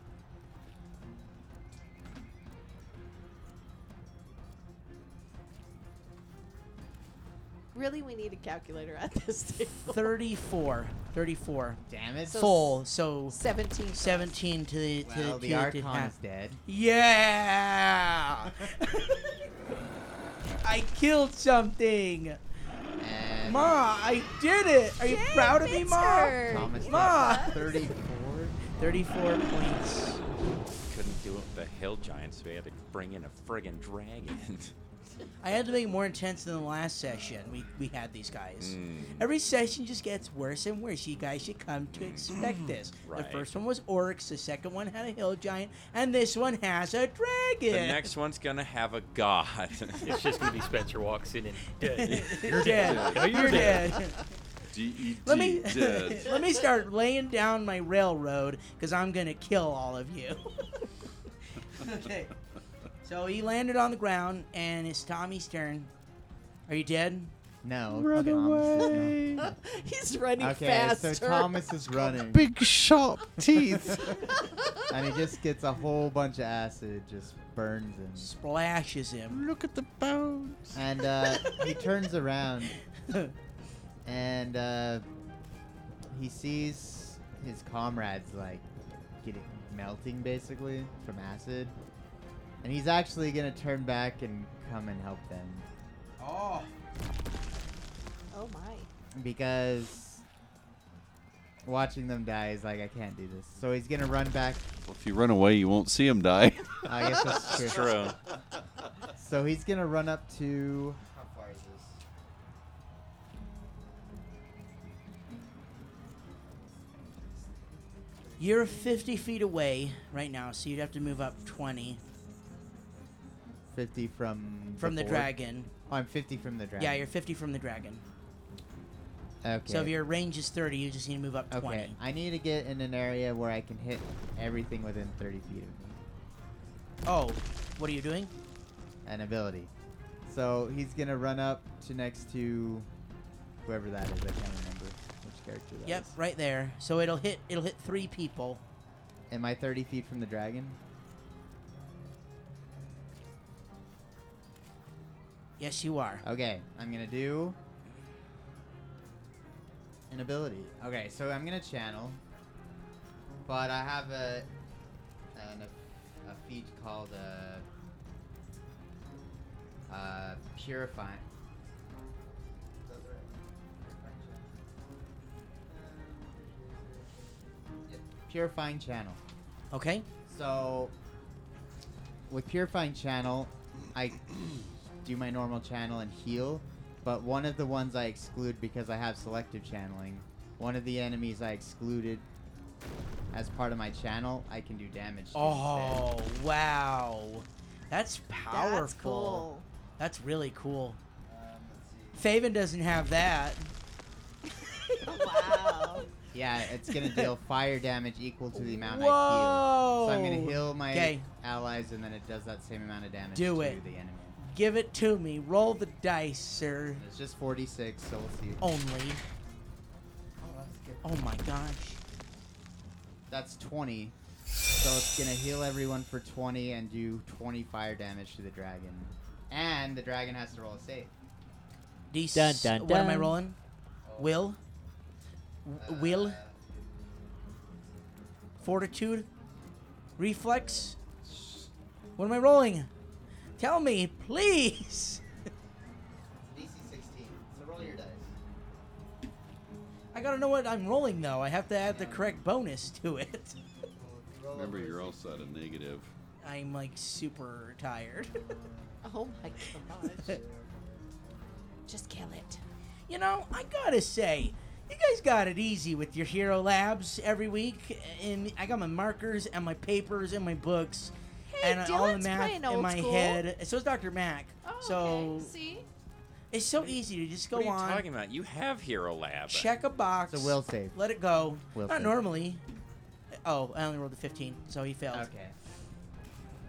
Speaker 3: Really, we need a calculator at this table.
Speaker 2: 34, 34
Speaker 5: Damage.
Speaker 3: So-
Speaker 2: full. So
Speaker 3: 17. for us.
Speaker 2: 17 to the to
Speaker 5: Well,
Speaker 2: the
Speaker 5: the
Speaker 2: two that did
Speaker 5: Archon
Speaker 2: half.
Speaker 5: is dead.
Speaker 2: Yeah! I killed something!
Speaker 5: And
Speaker 2: Ma, I did it! Are you
Speaker 3: Yay,
Speaker 2: proud of me, Ma?
Speaker 3: Victor!
Speaker 5: Thomas
Speaker 2: Ma!
Speaker 5: got 34.
Speaker 2: 34 points.
Speaker 1: Couldn't do it with the hill giants. We had to bring in a friggin' dragon.
Speaker 2: I had to make it more intense than the last session. We we had these guys.
Speaker 1: Hmm.
Speaker 2: Every session just gets worse and worse. You guys should come to expect this.
Speaker 1: Right.
Speaker 2: The first one was orcs. The second one had a hill giant, and this one has a
Speaker 1: the
Speaker 2: dragon.
Speaker 1: next one's gonna have a god.
Speaker 4: It's just gonna be Spencer walks in and dead.
Speaker 2: you're dead.
Speaker 4: No, you're
Speaker 2: You're dead.
Speaker 7: D E
Speaker 2: Let me
Speaker 7: D dead.
Speaker 2: let me start laying down my railroad because I'm gonna kill all of you. okay. So he landed on the ground, and it's Tommy's turn. Are you dead?
Speaker 5: No.
Speaker 7: Run
Speaker 5: Thomas is not.
Speaker 7: away.
Speaker 3: He's running
Speaker 5: Okay,
Speaker 3: faster.
Speaker 5: so Thomas is running,
Speaker 7: Big sharp teeth.
Speaker 5: and he just gets a whole bunch of acid, just burns him,
Speaker 2: Splashes him.
Speaker 7: Look at the bones.
Speaker 5: and uh, he turns around, and uh, he sees his comrades like getting melting basically from acid, and he's actually gonna turn back and come and help them
Speaker 2: Oh.
Speaker 3: oh my.
Speaker 5: because watching them die is like I can't do this. So he's gonna run back.
Speaker 7: Well, if you run away, you won't see him die.
Speaker 5: I guess that's true.
Speaker 1: True.
Speaker 5: So he's gonna run up to. How far is this?
Speaker 2: You're 50 feet away right now, so you'd have to move up 20
Speaker 5: Fifty from
Speaker 2: from the
Speaker 5: board?
Speaker 2: dragon.
Speaker 5: Oh, I'm fifty from the dragon.
Speaker 2: Yeah, you're 50 from the dragon.
Speaker 5: Okay.
Speaker 2: So if your range is 30, you just need to move up
Speaker 5: okay,
Speaker 2: 20.
Speaker 5: I need to get in an area where I can hit everything within thirty feet of me.
Speaker 2: Oh, what are you doing?
Speaker 5: An ability. So he's gonna run up to next to whoever that is. I can't remember which character that
Speaker 2: Yep,
Speaker 5: is.
Speaker 2: right there. So it'll hit it'll hit 3 people.
Speaker 5: Am I thirty feet from the dragon?
Speaker 2: Yes, you are.
Speaker 5: Okay, I'm gonna do an ability. Okay, so I'm gonna channel, but I have a an, a feat called uh, uh, purify. Purifying channel.
Speaker 2: Okay?
Speaker 5: So, with Purifying Channel, I do my normal channel and heal, but one of the ones I exclude because I have selective channeling, one of the enemies I excluded as part of my channel, I can do damage to. instead.
Speaker 2: Oh, wow. That's powerful.
Speaker 3: That's cool.
Speaker 2: That's really cool. Faven doesn't have that.
Speaker 3: wow.
Speaker 5: Yeah, it's gonna deal fire damage equal to the amount I heal.
Speaker 2: Whoa.
Speaker 5: So I'm gonna heal my
Speaker 2: Okay.
Speaker 5: allies, and then it does that same amount of damage
Speaker 2: Do
Speaker 5: to
Speaker 2: it.
Speaker 5: the enemy.
Speaker 2: Give it to me. Roll the dice, sir.
Speaker 5: And it's just 46, so we'll see.
Speaker 2: Only.
Speaker 5: Oh, that's good.
Speaker 2: Oh my gosh.
Speaker 5: That's 20. So it's going to heal everyone for 20 and do 20 fire damage to the dragon. And the dragon has to roll a save.
Speaker 2: D-
Speaker 6: Dun, dun,
Speaker 2: What am I
Speaker 6: dun.
Speaker 2: rolling? Will? W- Will? Fortitude? Reflex? What am I rolling? Tell me, please!
Speaker 5: DC 16. So roll your dice.
Speaker 2: I gotta know what I'm rolling though. I have to add the correct bonus to it.
Speaker 7: Remember, you're also at a negative.
Speaker 2: I'm like super tired.
Speaker 3: Oh my gosh. Just kill it.
Speaker 2: you know, I gotta say, you guys got it easy with your Hero Labs every week. And I got my markers and my papers and my books.
Speaker 3: Hey,
Speaker 2: and all the
Speaker 3: Dylan's
Speaker 2: math
Speaker 3: playing
Speaker 2: in
Speaker 3: old
Speaker 2: my
Speaker 3: school.
Speaker 2: head. So is Dr. Mac.
Speaker 3: Oh,
Speaker 2: so
Speaker 3: okay. See?
Speaker 2: it's so easy to just go
Speaker 1: what are you
Speaker 2: on,
Speaker 1: talking about? You have Hero Lab.
Speaker 2: check a box,
Speaker 5: It's a will save.
Speaker 2: let it go.
Speaker 5: Will
Speaker 2: Not
Speaker 5: save.
Speaker 2: normally. Oh, I only rolled a 15, so he failed.
Speaker 5: Okay.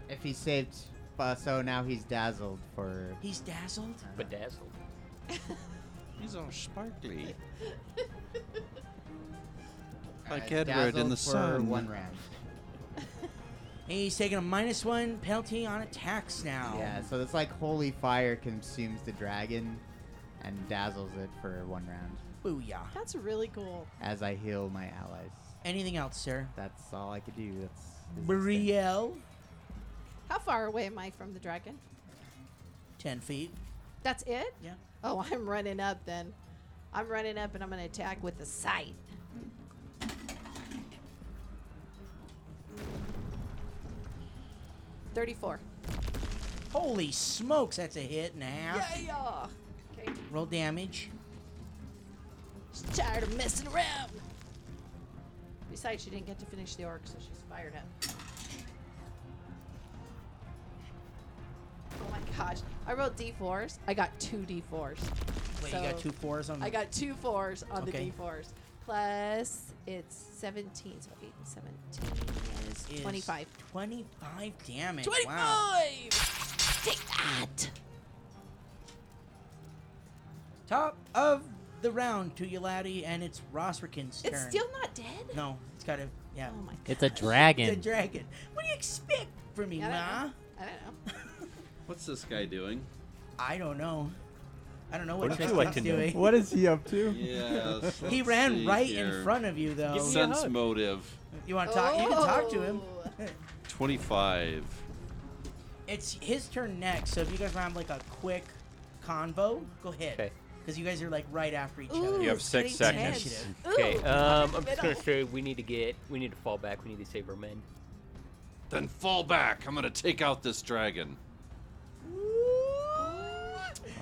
Speaker 5: If he saved. Uh, so now he's dazzled for.
Speaker 2: He's dazzled.
Speaker 4: Bedazzled.
Speaker 7: He's all sparkly. Like
Speaker 5: uh,
Speaker 7: Edward in
Speaker 5: dazzled
Speaker 7: the
Speaker 5: for
Speaker 7: sun.
Speaker 5: one round.
Speaker 2: He's taking a minus one penalty on attacks now.
Speaker 5: Yeah, so it's like holy fire consumes the dragon and dazzles it for one round
Speaker 2: Booyah.
Speaker 3: That's really cool.
Speaker 5: as I heal my allies.
Speaker 2: Anything else, sir?
Speaker 5: That's all I could do. That's. his extent.
Speaker 2: Brielle,
Speaker 3: How far away am I from the dragon?
Speaker 2: 10 feet.
Speaker 3: That's it?
Speaker 2: Yeah.
Speaker 3: Oh, I'm running up then. I'm running up and I'm going to attack with the sight. Thirty-four.
Speaker 2: Holy smokes, that's a hit and a half.
Speaker 3: Yeah. Okay.
Speaker 2: Roll damage.
Speaker 3: She's tired of messing around. Besides, she didn't get to finish the orc, so she's fired up. Oh my gosh. I rolled d4s. I got two d4s.
Speaker 2: Wait, you got
Speaker 3: So,
Speaker 2: two fours on.
Speaker 3: I got two fours on
Speaker 2: Okay.
Speaker 3: the d4s. Plus, it's 17. So 8 and 17 is
Speaker 2: is
Speaker 3: 25.
Speaker 2: 25 damage.
Speaker 3: 25!
Speaker 2: Wow.
Speaker 3: Take that!
Speaker 2: Top of the round to Yulati, and it's Rosrakin's turn.
Speaker 3: It's still not dead?
Speaker 2: No, it's got a. Yeah.
Speaker 3: Oh my god.
Speaker 6: It's a
Speaker 2: It's a
Speaker 6: dragon.
Speaker 2: dragon. What do you expect from me,
Speaker 3: I don't
Speaker 2: nah?
Speaker 3: know. I don't know.
Speaker 7: What's this guy doing?
Speaker 2: I don't know. I don't know what,
Speaker 8: What
Speaker 2: what
Speaker 8: would you like to know?
Speaker 2: doing.
Speaker 8: What is he up to?
Speaker 7: Yes.
Speaker 2: He
Speaker 7: let's
Speaker 2: ran
Speaker 7: see
Speaker 2: right
Speaker 7: here.
Speaker 2: in front of you, though.
Speaker 4: Give me a
Speaker 7: Sense
Speaker 4: hug.
Speaker 7: motive.
Speaker 2: You want to talk? You can talk to him.
Speaker 3: Oh.
Speaker 7: Twenty-five.
Speaker 2: It's his turn next, so if you guys want to have like a quick convo, go ahead.
Speaker 4: Okay.
Speaker 2: Because you guys are like right after each
Speaker 3: Ooh,
Speaker 2: other.
Speaker 1: You have
Speaker 3: it's
Speaker 1: six
Speaker 3: getting
Speaker 1: seconds.
Speaker 3: tense. Ooh,
Speaker 4: Okay, um,
Speaker 3: in
Speaker 4: I'm
Speaker 3: the
Speaker 4: just gonna
Speaker 3: middle.
Speaker 4: say we need to get, we need to fall back. We need to save our men.
Speaker 7: Then fall back. I'm gonna take out this dragon.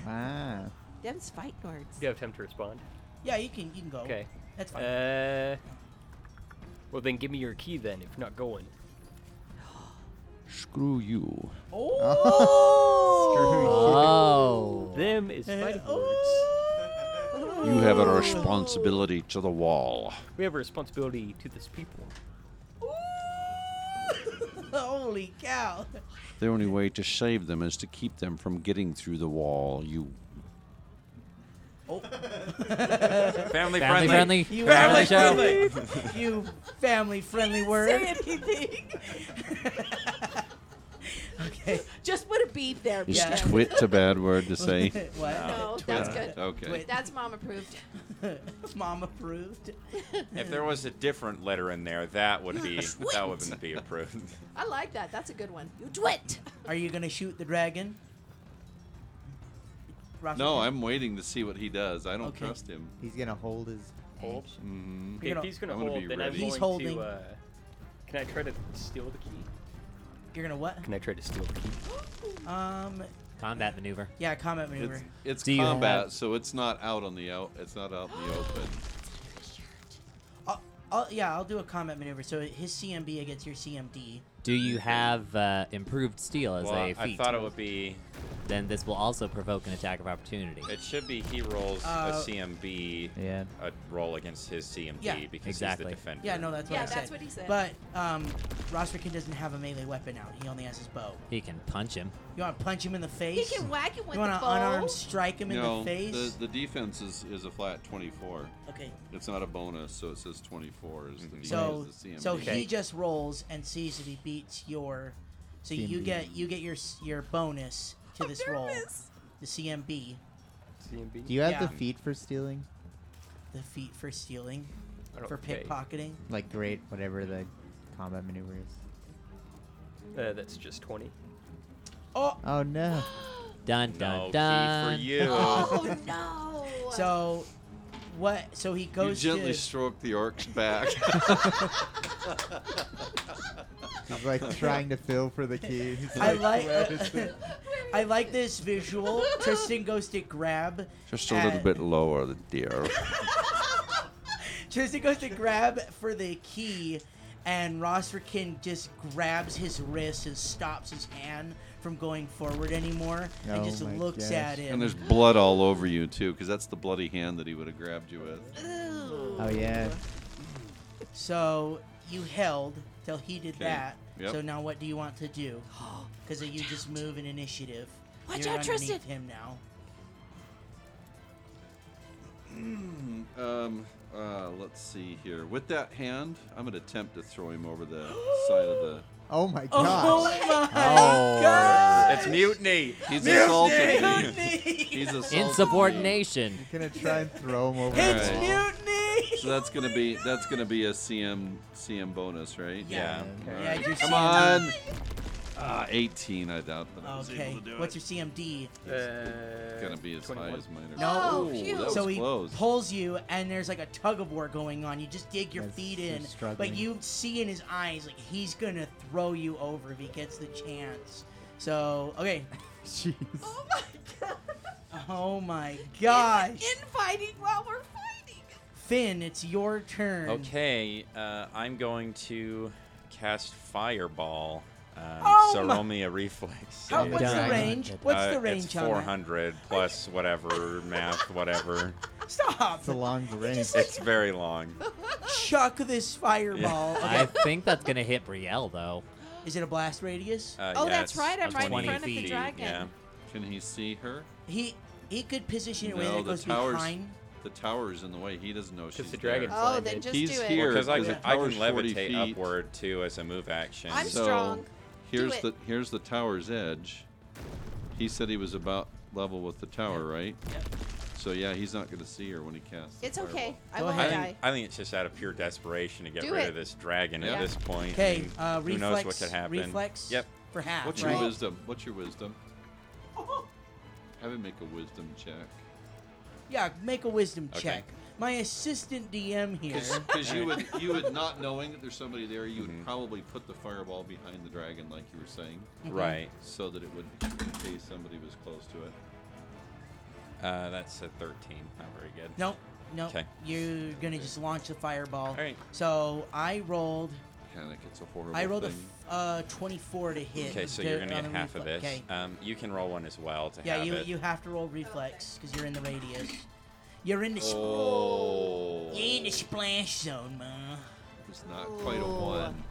Speaker 5: Wow.
Speaker 3: Them's fight words.
Speaker 4: Do you have time to respond?
Speaker 2: Yeah, you can you can go.
Speaker 4: Okay.
Speaker 2: That's fine.
Speaker 4: Uh, well then give me your key then. If you're not going,
Speaker 7: Screw you.
Speaker 2: oh.
Speaker 6: Oh.
Speaker 4: them is fighting words.
Speaker 7: You have a
Speaker 5: Oh.
Speaker 7: responsibility to the wall.
Speaker 4: We have a responsibility to this people.
Speaker 2: Holy cow.
Speaker 7: The only way to save them is to keep them from getting through the wall. You.
Speaker 1: Family,
Speaker 6: Family friendly.
Speaker 2: You
Speaker 6: Family show.
Speaker 2: friendly. you family friendly
Speaker 3: Say
Speaker 2: word.
Speaker 3: anything.
Speaker 2: Okay.
Speaker 3: Just put a beep there.
Speaker 7: Is
Speaker 2: Yeah.
Speaker 3: because-
Speaker 7: twit a bad word to say?
Speaker 2: what?
Speaker 3: No, that's
Speaker 7: Yeah,
Speaker 3: good.
Speaker 7: Okay.
Speaker 2: Twit.
Speaker 3: That's mom approved.
Speaker 2: Mom approved.
Speaker 1: If there was a different letter in there, that would be that wouldn't be approved.
Speaker 3: I like that. That's a good one. You twit.
Speaker 2: Are you gonna shoot the dragon? Ross,
Speaker 7: No,
Speaker 2: you're
Speaker 7: I'm waiting to see what he does. I don't
Speaker 2: Okay.
Speaker 7: trust him.
Speaker 5: He's gonna hold his
Speaker 4: Hold.
Speaker 5: action.
Speaker 4: Okay,
Speaker 2: gonna-
Speaker 4: if he's gonna
Speaker 7: I'm gonna
Speaker 4: hold,
Speaker 7: be
Speaker 4: then
Speaker 7: ready.
Speaker 4: I'm
Speaker 2: He's
Speaker 4: going
Speaker 2: holding.
Speaker 4: to. Uh, can I try to steal the key?
Speaker 2: You're gonna what?
Speaker 4: Can I try to steal the key?
Speaker 2: Um.
Speaker 6: Combat maneuver.
Speaker 2: Yeah, combat maneuver.
Speaker 7: It's, it's
Speaker 6: Do you
Speaker 7: combat,
Speaker 6: have-
Speaker 7: so it's not out on the out. It's not out in the open.
Speaker 2: I'll, I'll, yeah, I'll do a combat maneuver. So his CMB against your CMD.
Speaker 6: Do you have uh, improved steel as
Speaker 1: Well,
Speaker 6: a
Speaker 1: I
Speaker 6: feat?
Speaker 1: thought it would be.
Speaker 6: Then this will also provoke an attack of opportunity.
Speaker 1: It should be he rolls
Speaker 2: Uh,
Speaker 1: a CMB,
Speaker 5: Yeah.
Speaker 1: a roll against his CMD
Speaker 2: Yeah.
Speaker 1: because
Speaker 6: Exactly.
Speaker 1: he's the defender.
Speaker 2: Yeah, no, that's what
Speaker 3: Yeah,
Speaker 2: I said.
Speaker 3: that's what he said.
Speaker 2: But um, Rostrikin doesn't have a melee weapon out. He only has his bow.
Speaker 6: He can punch him.
Speaker 2: You want to punch him in the
Speaker 3: He
Speaker 2: face?
Speaker 3: can whack him with
Speaker 2: you want
Speaker 3: the
Speaker 2: to
Speaker 3: bow.
Speaker 2: unarmed strike him
Speaker 7: no,
Speaker 2: in the face?
Speaker 7: the defense is, is a flat 24.
Speaker 2: okay.
Speaker 7: It's not a bonus, so it says 24 is the defense.
Speaker 2: So
Speaker 7: the CMD.
Speaker 2: so
Speaker 4: Okay.
Speaker 2: he just rolls and sees that he beats your. So you
Speaker 5: CMB.
Speaker 2: get you get your s- your bonus to this roll, the CMB,
Speaker 4: CMB.
Speaker 5: Do you have the
Speaker 2: Yeah.
Speaker 5: feet for stealing?
Speaker 2: the feat for stealing,
Speaker 4: I don't-
Speaker 2: for
Speaker 4: okay.
Speaker 2: pickpocketing.
Speaker 5: Like great, whatever the combat maneuver is.
Speaker 4: Uh, that's just twenty.
Speaker 2: Oh,
Speaker 5: Oh no.
Speaker 6: Dun
Speaker 1: No,
Speaker 6: dun dun.
Speaker 1: key for you.
Speaker 3: Oh no.
Speaker 2: so what? So he
Speaker 7: You
Speaker 2: goes
Speaker 7: gently
Speaker 2: to.
Speaker 7: stroke the orc's back.
Speaker 5: He's like trying to fill for the key. He's
Speaker 2: I
Speaker 5: "Where is
Speaker 2: like.
Speaker 5: it?"
Speaker 2: I like this visual. Tristan goes to grab.
Speaker 7: Just
Speaker 2: a little Uh, bit
Speaker 7: lower, the deer.
Speaker 2: Tristan goes to grab for the key, and Rosterkin just grabs his wrist and stops his hand from going forward anymore, and
Speaker 5: Oh
Speaker 2: just
Speaker 5: my
Speaker 2: looks
Speaker 5: gosh.
Speaker 2: at
Speaker 7: And
Speaker 2: him.
Speaker 7: there's blood all over you too, because that's the bloody hand that he would have grabbed you with.
Speaker 3: Ooh.
Speaker 5: Oh yeah.
Speaker 2: so you held till he did
Speaker 7: Okay.
Speaker 2: that.
Speaker 7: Yep.
Speaker 2: So now what do you want to do? Because you just move an initiative.
Speaker 3: Watch
Speaker 2: You're
Speaker 3: out,
Speaker 2: underneath
Speaker 3: Tristan.
Speaker 2: him now.
Speaker 7: Um, uh, let's see here. With that hand, I'm gonna attempt to throw him over the side of the.
Speaker 5: Oh my gosh.
Speaker 2: Oh my
Speaker 5: Oh.
Speaker 2: god!
Speaker 1: It's mutiny.
Speaker 7: He's assaulted me.
Speaker 2: Mutiny!
Speaker 7: He's assaulted. me.
Speaker 6: Insubordination.
Speaker 5: gonna try and throw him over.
Speaker 2: It's
Speaker 5: the
Speaker 7: Alright.
Speaker 5: wall.
Speaker 2: mutiny!
Speaker 7: So that's gonna be that's gonna be a CM CM bonus, right?
Speaker 2: Yeah.
Speaker 1: Yeah.
Speaker 2: Yeah, you're
Speaker 7: Come on. Ah, 18, I doubt that I was
Speaker 2: Okay.
Speaker 7: able to do
Speaker 2: What's
Speaker 7: it.
Speaker 2: your CMD?
Speaker 4: Uh,
Speaker 7: gonna be as
Speaker 4: 21.
Speaker 7: high as mine. or-
Speaker 2: No.
Speaker 3: Oh,
Speaker 7: Ooh,
Speaker 3: phew.
Speaker 7: that was
Speaker 2: so he
Speaker 7: close.
Speaker 2: pulls you, and there's like a tug of war going on. You just dig your
Speaker 5: Yes,
Speaker 2: feet
Speaker 5: he's
Speaker 2: in,
Speaker 5: struggling.
Speaker 2: but you see in his eyes like he's gonna throw you over if he gets the chance. So okay.
Speaker 5: Jeez.
Speaker 3: Oh my god.
Speaker 2: Oh my gosh,
Speaker 3: Infighting while we're fighting.
Speaker 2: Finn, it's your turn.
Speaker 1: Oh. Okay, uh, I'm going to cast Fireball. Um,
Speaker 2: Oh
Speaker 1: so
Speaker 2: my-
Speaker 1: roll me a reflex.
Speaker 2: How,
Speaker 1: save.
Speaker 2: what's the
Speaker 5: Done.
Speaker 2: range?
Speaker 5: Uh,
Speaker 2: What's the
Speaker 1: Uh,
Speaker 2: range
Speaker 1: It's
Speaker 2: on that?
Speaker 1: 400 plus whatever math, whatever.
Speaker 2: Stop!
Speaker 5: It's a long range.
Speaker 1: It's very long.
Speaker 2: Chuck this fireball.
Speaker 6: I think that's gonna hit Brielle though.
Speaker 2: Is it a blast radius?
Speaker 1: Uh,
Speaker 3: oh,
Speaker 1: yeah,
Speaker 3: that's
Speaker 1: it's
Speaker 3: right. I'm
Speaker 6: a
Speaker 3: right in
Speaker 6: 20
Speaker 3: front of the
Speaker 6: feet,
Speaker 3: dragon.
Speaker 1: Yeah.
Speaker 7: Can he see her?
Speaker 2: He he could position it where
Speaker 7: No,
Speaker 2: that
Speaker 7: the
Speaker 2: goes
Speaker 7: tower's-
Speaker 2: behind.
Speaker 7: The tower's in the way. He doesn't know she's
Speaker 4: the
Speaker 7: there.
Speaker 4: dragon's
Speaker 3: Oh, then
Speaker 4: Blinded.
Speaker 3: just
Speaker 7: He's
Speaker 3: do it.
Speaker 7: here.
Speaker 1: Because I
Speaker 7: The
Speaker 1: can, I can
Speaker 7: tower's 40
Speaker 1: levitate
Speaker 7: feet.
Speaker 1: upward too as a move action.
Speaker 3: I'm
Speaker 7: So-
Speaker 3: strong.
Speaker 7: Here's
Speaker 3: it.
Speaker 7: the here's the tower's edge. He said he was about level with the tower, right? Yep. So yeah, he's not gonna see her when he casts. the
Speaker 3: It's okay.
Speaker 7: fireball.
Speaker 3: I
Speaker 2: Go
Speaker 3: won't
Speaker 1: I
Speaker 2: ahead.
Speaker 3: die.
Speaker 1: think, I think it's just out of pure desperation to get
Speaker 3: Do
Speaker 1: rid
Speaker 3: it.
Speaker 1: of this dragon
Speaker 7: Yeah.
Speaker 1: at this point. I
Speaker 2: Okay,
Speaker 1: mean,
Speaker 2: uh,
Speaker 1: who
Speaker 2: reflex.
Speaker 1: knows what could happen?
Speaker 2: Reflex.
Speaker 1: Yep.
Speaker 2: For half.
Speaker 7: What's
Speaker 2: right?
Speaker 7: your wisdom? What's your wisdom? Have him make a wisdom check.
Speaker 2: Yeah, make a wisdom
Speaker 1: Okay.
Speaker 2: check. My assistant DM here.
Speaker 7: Because you would you would not knowing that there's somebody there, you
Speaker 1: Mm-hmm.
Speaker 7: would probably put the fireball behind the dragon, like you were saying,
Speaker 2: Mm-hmm.
Speaker 1: Right.
Speaker 7: so that it would, in case somebody was close to it.
Speaker 1: Uh, that's a 13. Not very good.
Speaker 2: Nope. Nope.
Speaker 1: Okay.
Speaker 2: You're gonna just launch the fireball.
Speaker 1: Alright.
Speaker 2: So I rolled.
Speaker 7: Panic! It's a horrible.
Speaker 2: I rolled a
Speaker 7: thing.
Speaker 2: f- uh, 24 to hit.
Speaker 1: Okay, so
Speaker 2: to-
Speaker 1: you're going to
Speaker 2: on
Speaker 1: get
Speaker 2: the
Speaker 1: half of
Speaker 2: reflex.
Speaker 1: this.
Speaker 2: Okay.
Speaker 1: Um, you can roll one as well to
Speaker 2: yeah,
Speaker 1: have
Speaker 2: you
Speaker 1: it.
Speaker 2: you have to roll reflex because you're in the radius. You're in the sp-
Speaker 7: Oh,
Speaker 2: you're in the splash zone, ma.
Speaker 7: it's not quite a
Speaker 3: Ooh.
Speaker 7: one.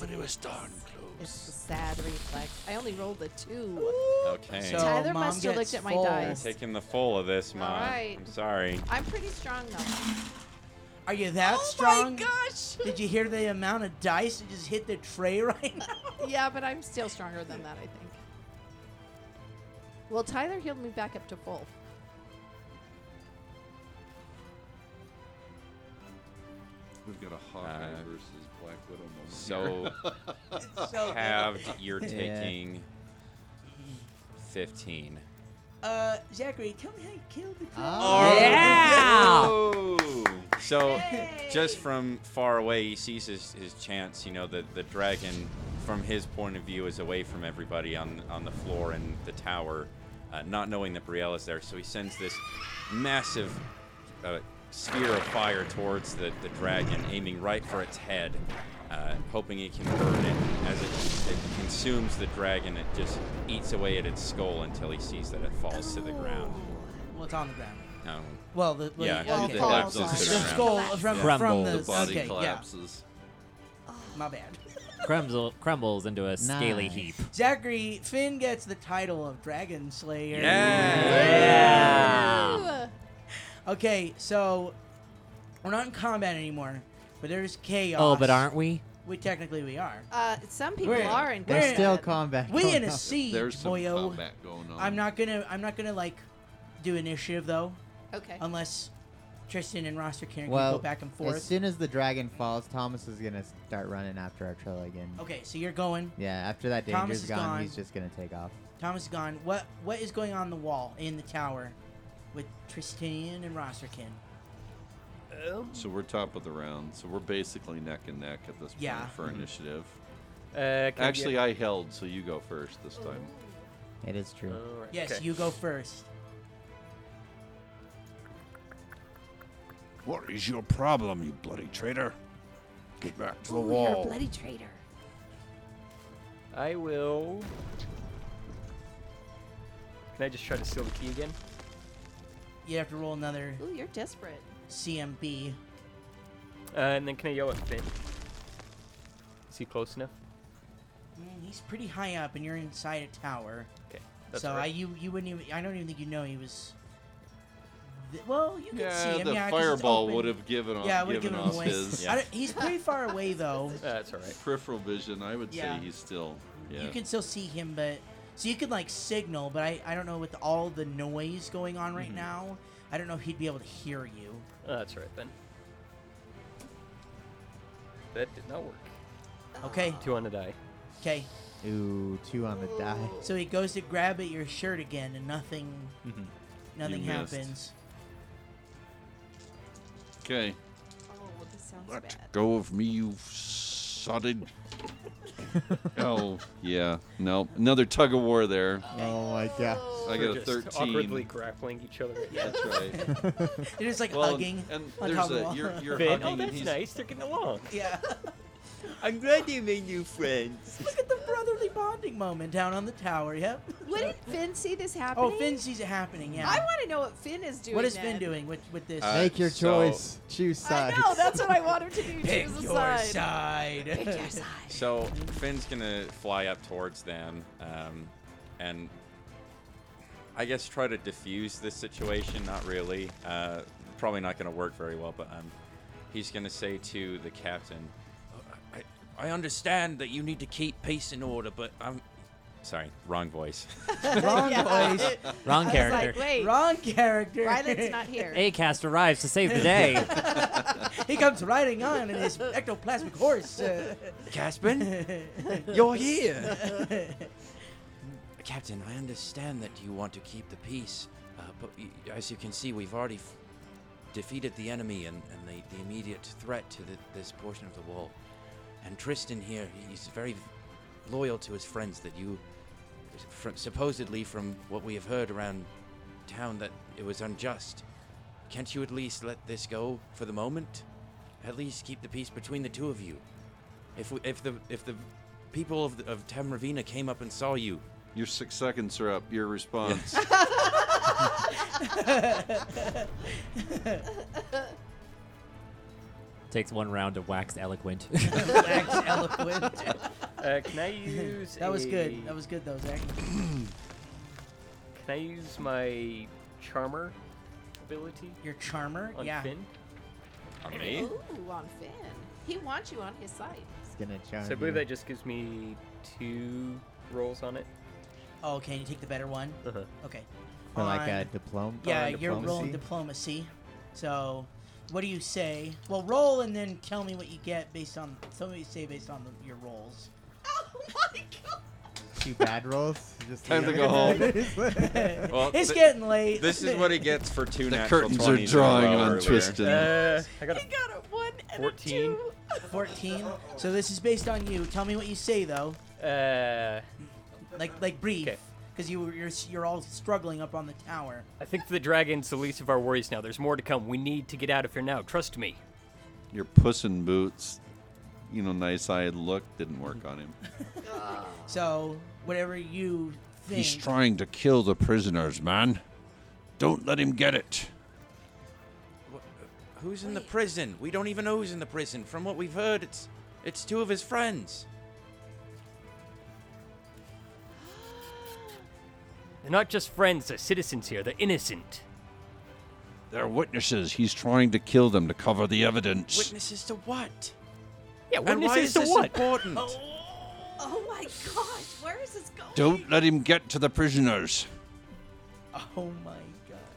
Speaker 3: But it was darn close. It's a sad reflex. I only rolled a two.
Speaker 1: okay.
Speaker 2: So
Speaker 3: Tyler
Speaker 2: mom
Speaker 3: must have
Speaker 2: gets
Speaker 3: looked at my
Speaker 2: full.
Speaker 1: You're
Speaker 3: dice.
Speaker 1: taking the full of this, Ma.
Speaker 3: Alright.
Speaker 1: I'm sorry.
Speaker 3: I'm pretty strong though.
Speaker 2: Are you that
Speaker 3: oh
Speaker 2: strong?
Speaker 3: my gosh.
Speaker 2: Did you hear the amount of dice that just hit the tray right now?
Speaker 3: yeah, but I'm still stronger than that, I think. Well, Tyler healed me back up to full.
Speaker 7: We've got a Hawkeye
Speaker 1: Uh,
Speaker 7: versus Black Widow moment.
Speaker 1: So
Speaker 2: So,
Speaker 1: halved, you're
Speaker 5: Yeah.
Speaker 1: taking 15.
Speaker 2: uh, Zachary, tell me how you killed the dragon.
Speaker 5: Oh,
Speaker 6: Yeah.
Speaker 7: Oh!
Speaker 1: So, just from far away, he sees his, his chance. You know, the, the dragon, from his point of view, is away from everybody on, on the floor in the tower, uh, not knowing that Brielle is there. So, he sends this massive uh, sphere of fire towards the, the dragon, aiming right for its head, uh, hoping it can burn it. As it, it consumes the dragon, it just eats away at its skull until he sees that it falls to the ground.
Speaker 2: Well, it's on the ground.
Speaker 1: Um,
Speaker 2: Well, the well,
Speaker 1: yeah,
Speaker 2: you-
Speaker 3: Well,
Speaker 1: it
Speaker 2: okay.
Speaker 3: falls
Speaker 1: collapses
Speaker 3: on
Speaker 1: to
Speaker 2: the
Speaker 1: the
Speaker 3: it.
Speaker 1: ground.
Speaker 2: skull from, from
Speaker 6: Crumbles.
Speaker 2: the,
Speaker 6: The
Speaker 7: Body
Speaker 2: okay,
Speaker 7: collapses.
Speaker 2: Yeah, my bad.
Speaker 6: Crumbles crumbles into a scaly
Speaker 5: Nice.
Speaker 6: heap.
Speaker 2: Zachary Finn gets the title of Dragon Slayer.
Speaker 3: Ooh.
Speaker 2: Okay, so we're not in combat anymore, but there's chaos.
Speaker 6: Oh, but aren't we?
Speaker 2: we? Technically, we are.
Speaker 3: Uh, some people
Speaker 2: We're-
Speaker 3: are in
Speaker 2: we're
Speaker 3: combat.
Speaker 5: There's still combat.
Speaker 2: We
Speaker 5: going
Speaker 2: in a
Speaker 5: on.
Speaker 2: siege,
Speaker 7: There's some
Speaker 2: boyo.
Speaker 7: combat going on.
Speaker 2: I'm not gonna. I'm not gonna like do initiative though,
Speaker 3: Okay.
Speaker 2: unless Tristan and Ross are can
Speaker 5: Well,
Speaker 2: go back and forth.
Speaker 5: As soon as the dragon falls, Thomas is gonna start running after our trail again.
Speaker 2: okay, so you're going.
Speaker 5: Yeah, after that
Speaker 2: Thomas
Speaker 5: danger's
Speaker 2: is
Speaker 5: gone,
Speaker 2: gone.
Speaker 5: he's just gonna take off.
Speaker 2: Thomas is gone. What what is going on the wall in the tower with Tristan and Rosserkin?
Speaker 7: So we're top of the round. So we're basically neck and neck at this point
Speaker 2: Yeah.
Speaker 1: Mm-hmm.
Speaker 7: for initiative.
Speaker 4: Uh, can
Speaker 7: Actually,
Speaker 4: I.
Speaker 7: I held, so you go first this time. Uh,
Speaker 5: It is true.
Speaker 4: Alright,
Speaker 2: Yes,
Speaker 4: okay.
Speaker 2: you go first.
Speaker 8: What is your problem, you bloody traitor? Get back to the wall.
Speaker 3: traitor.
Speaker 4: I will. Can I just try to seal the key again?
Speaker 2: You have to roll another
Speaker 3: Ooh, you're desperate.
Speaker 2: CMB.
Speaker 4: Uh, and then can I yell at Finn? Is he close enough?
Speaker 2: Mm, he's pretty high up, and you're inside a tower.
Speaker 4: Okay. That's
Speaker 2: so
Speaker 4: all
Speaker 2: I
Speaker 4: right.
Speaker 2: you you wouldn't even. I don't even think you know he was. th- well, Oh, you can see him.
Speaker 7: the
Speaker 2: yeah, 'cause it's
Speaker 7: fireball
Speaker 2: open.
Speaker 7: would have given off,
Speaker 2: Yeah, would have
Speaker 7: given
Speaker 2: given him
Speaker 7: off
Speaker 2: away.
Speaker 7: his
Speaker 2: I don't- he's pretty far away though.
Speaker 4: Uh, that's all right.
Speaker 7: peripheral vision. I would
Speaker 2: Yeah.
Speaker 7: say he's still. Yeah.
Speaker 2: You can still see him, but so you could like signal, but I I don't know with all the noise going on
Speaker 4: Mm-hmm.
Speaker 2: right now. I don't know if he'd be able to hear you.
Speaker 4: Uh, that's all right then. That did not work.
Speaker 2: Okay,
Speaker 4: Two on a die.
Speaker 2: okay.
Speaker 5: Ooh, two on the die.
Speaker 2: So he goes to grab at your shirt again, and nothing, nothing
Speaker 7: Mm-hmm. You missed.
Speaker 2: happens.
Speaker 7: Okay.
Speaker 3: Oh, well, this sounds
Speaker 8: Let
Speaker 3: bad.
Speaker 8: go of me, you sodded.
Speaker 7: Oh, yeah. No, another tug of war there.
Speaker 5: Oh my gosh.
Speaker 7: I
Speaker 4: We're
Speaker 7: got a
Speaker 4: just
Speaker 7: 13.
Speaker 4: awkwardly grappling each other.
Speaker 7: That's right.
Speaker 2: They're just like
Speaker 7: Well,
Speaker 2: hugging
Speaker 7: and, and
Speaker 2: on
Speaker 7: there's
Speaker 2: top of
Speaker 7: a
Speaker 2: all.
Speaker 7: you're, you're
Speaker 4: Finn,
Speaker 7: hugging
Speaker 4: oh,
Speaker 7: and
Speaker 4: that's
Speaker 7: he's-
Speaker 4: nice. They're getting along.
Speaker 2: yeah,
Speaker 6: I'm glad you made new friends.
Speaker 2: look at the brotherly bonding moment down on the tower. Yep.
Speaker 3: Wouldn't Finn see this happening?
Speaker 2: Oh, Finn sees it happening. Yeah.
Speaker 3: I want to know what Finn is doing.
Speaker 2: what is Finn
Speaker 3: then.
Speaker 2: doing with with this?
Speaker 9: Uh,
Speaker 5: Make your
Speaker 9: so-
Speaker 5: choice. Choose
Speaker 3: I
Speaker 5: sides.
Speaker 3: know. Oh, That's what I want him to do.
Speaker 2: Pick
Speaker 3: Choose a
Speaker 2: your
Speaker 3: side.
Speaker 2: side.
Speaker 3: Pick your side.
Speaker 9: So Finn's gonna fly up towards them, um, and I guess try to defuse this situation. Not really. Uh, probably not gonna work very well. But um, he's gonna say to the captain, Uh, I, "I understand that you need to keep peace in order, but I'm sorry, wrong voice.
Speaker 2: Wrong
Speaker 3: Yeah.
Speaker 2: voice.
Speaker 3: I was
Speaker 6: Wrong
Speaker 3: like,
Speaker 6: character.
Speaker 3: wait,
Speaker 2: Wrong character.
Speaker 3: Ryland's not here.
Speaker 6: Acast arrives to save the day.
Speaker 2: he comes riding on in his ectoplasmic horse. Uh,
Speaker 9: Caspin, you're here. Captain, I understand that you want to keep the peace, uh, but y- as you can see, we've already f- defeated the enemy and, and the, the immediate threat to the, this portion of the wall. And Tristan here, he's very loyal to his friends that you, from, supposedly from what we have heard around town, that it was unjust. Can't you at least let this go for the moment? At least keep the peace between the two of you. If we, if the if the people of, the, of Tamravina came up and saw you,
Speaker 7: Your six seconds are up. Your response.
Speaker 6: Takes one round to wax eloquent.
Speaker 2: wax eloquent.
Speaker 4: Uh, can I use?
Speaker 2: That was
Speaker 4: a-
Speaker 2: good. That was good, though, Zach.
Speaker 4: Can I use my charmer ability
Speaker 2: Your charmer.
Speaker 4: on
Speaker 2: yeah. oh.
Speaker 4: Finn?
Speaker 9: on
Speaker 3: Ooh, on Finn. He wants you on his side.
Speaker 5: It's gonna charm.
Speaker 4: So I believe
Speaker 5: you.
Speaker 4: that just gives me two rolls on it.
Speaker 2: Oh, okay. You take the better one.
Speaker 4: Uh-huh.
Speaker 2: Okay.
Speaker 5: For like a
Speaker 2: on-
Speaker 5: diploma.
Speaker 2: Yeah,
Speaker 4: on
Speaker 2: you're rolling
Speaker 5: diplomacy?
Speaker 2: diplomacy. So, what do you say? Well, roll and then tell me what you get based on. Tell me what you say based on the, your rolls.
Speaker 3: Oh my god.
Speaker 5: Two bad rolls. Just
Speaker 7: Time to
Speaker 5: leave
Speaker 7: go home.
Speaker 5: it.
Speaker 9: Well,
Speaker 2: it's
Speaker 9: th-
Speaker 2: getting late.
Speaker 9: This is what he gets for two
Speaker 7: the
Speaker 9: natural
Speaker 7: curtains are
Speaker 9: 20s in a
Speaker 7: drawing
Speaker 9: row
Speaker 7: on
Speaker 9: earlier.
Speaker 7: Tristan.
Speaker 4: Uh, I got a
Speaker 3: He got a one and a
Speaker 4: 14.
Speaker 3: two.
Speaker 2: 14. So this is based on you. Tell me what you say though.
Speaker 4: Uh,
Speaker 2: Like like brief,
Speaker 4: 'Kay.
Speaker 2: because you were- you're s- you're all struggling up on the tower.
Speaker 4: I think the dragon's the least of our worries now. There's more to come. We need to get out of here now. Trust me.
Speaker 7: Your puss in boots, you know, nice eyed look didn't work on him.
Speaker 2: So whatever you think.
Speaker 8: He's trying to kill the prisoners, man. Don't let him get it.
Speaker 9: Who's in the prison? We don't even know who's in the prison. From what we've heard, it's it's two of his friends.
Speaker 4: They're not just friends. They're citizens here. They're innocent.
Speaker 8: They're witnesses. He's trying to kill them to cover the evidence.
Speaker 9: Witnesses to what?
Speaker 4: Yeah.
Speaker 9: and why
Speaker 4: Witnesses
Speaker 9: is
Speaker 4: to
Speaker 9: this
Speaker 4: what?
Speaker 9: important?
Speaker 3: Oh my gosh, where is this going?
Speaker 8: Don't let him get to the prisoners.
Speaker 2: Oh my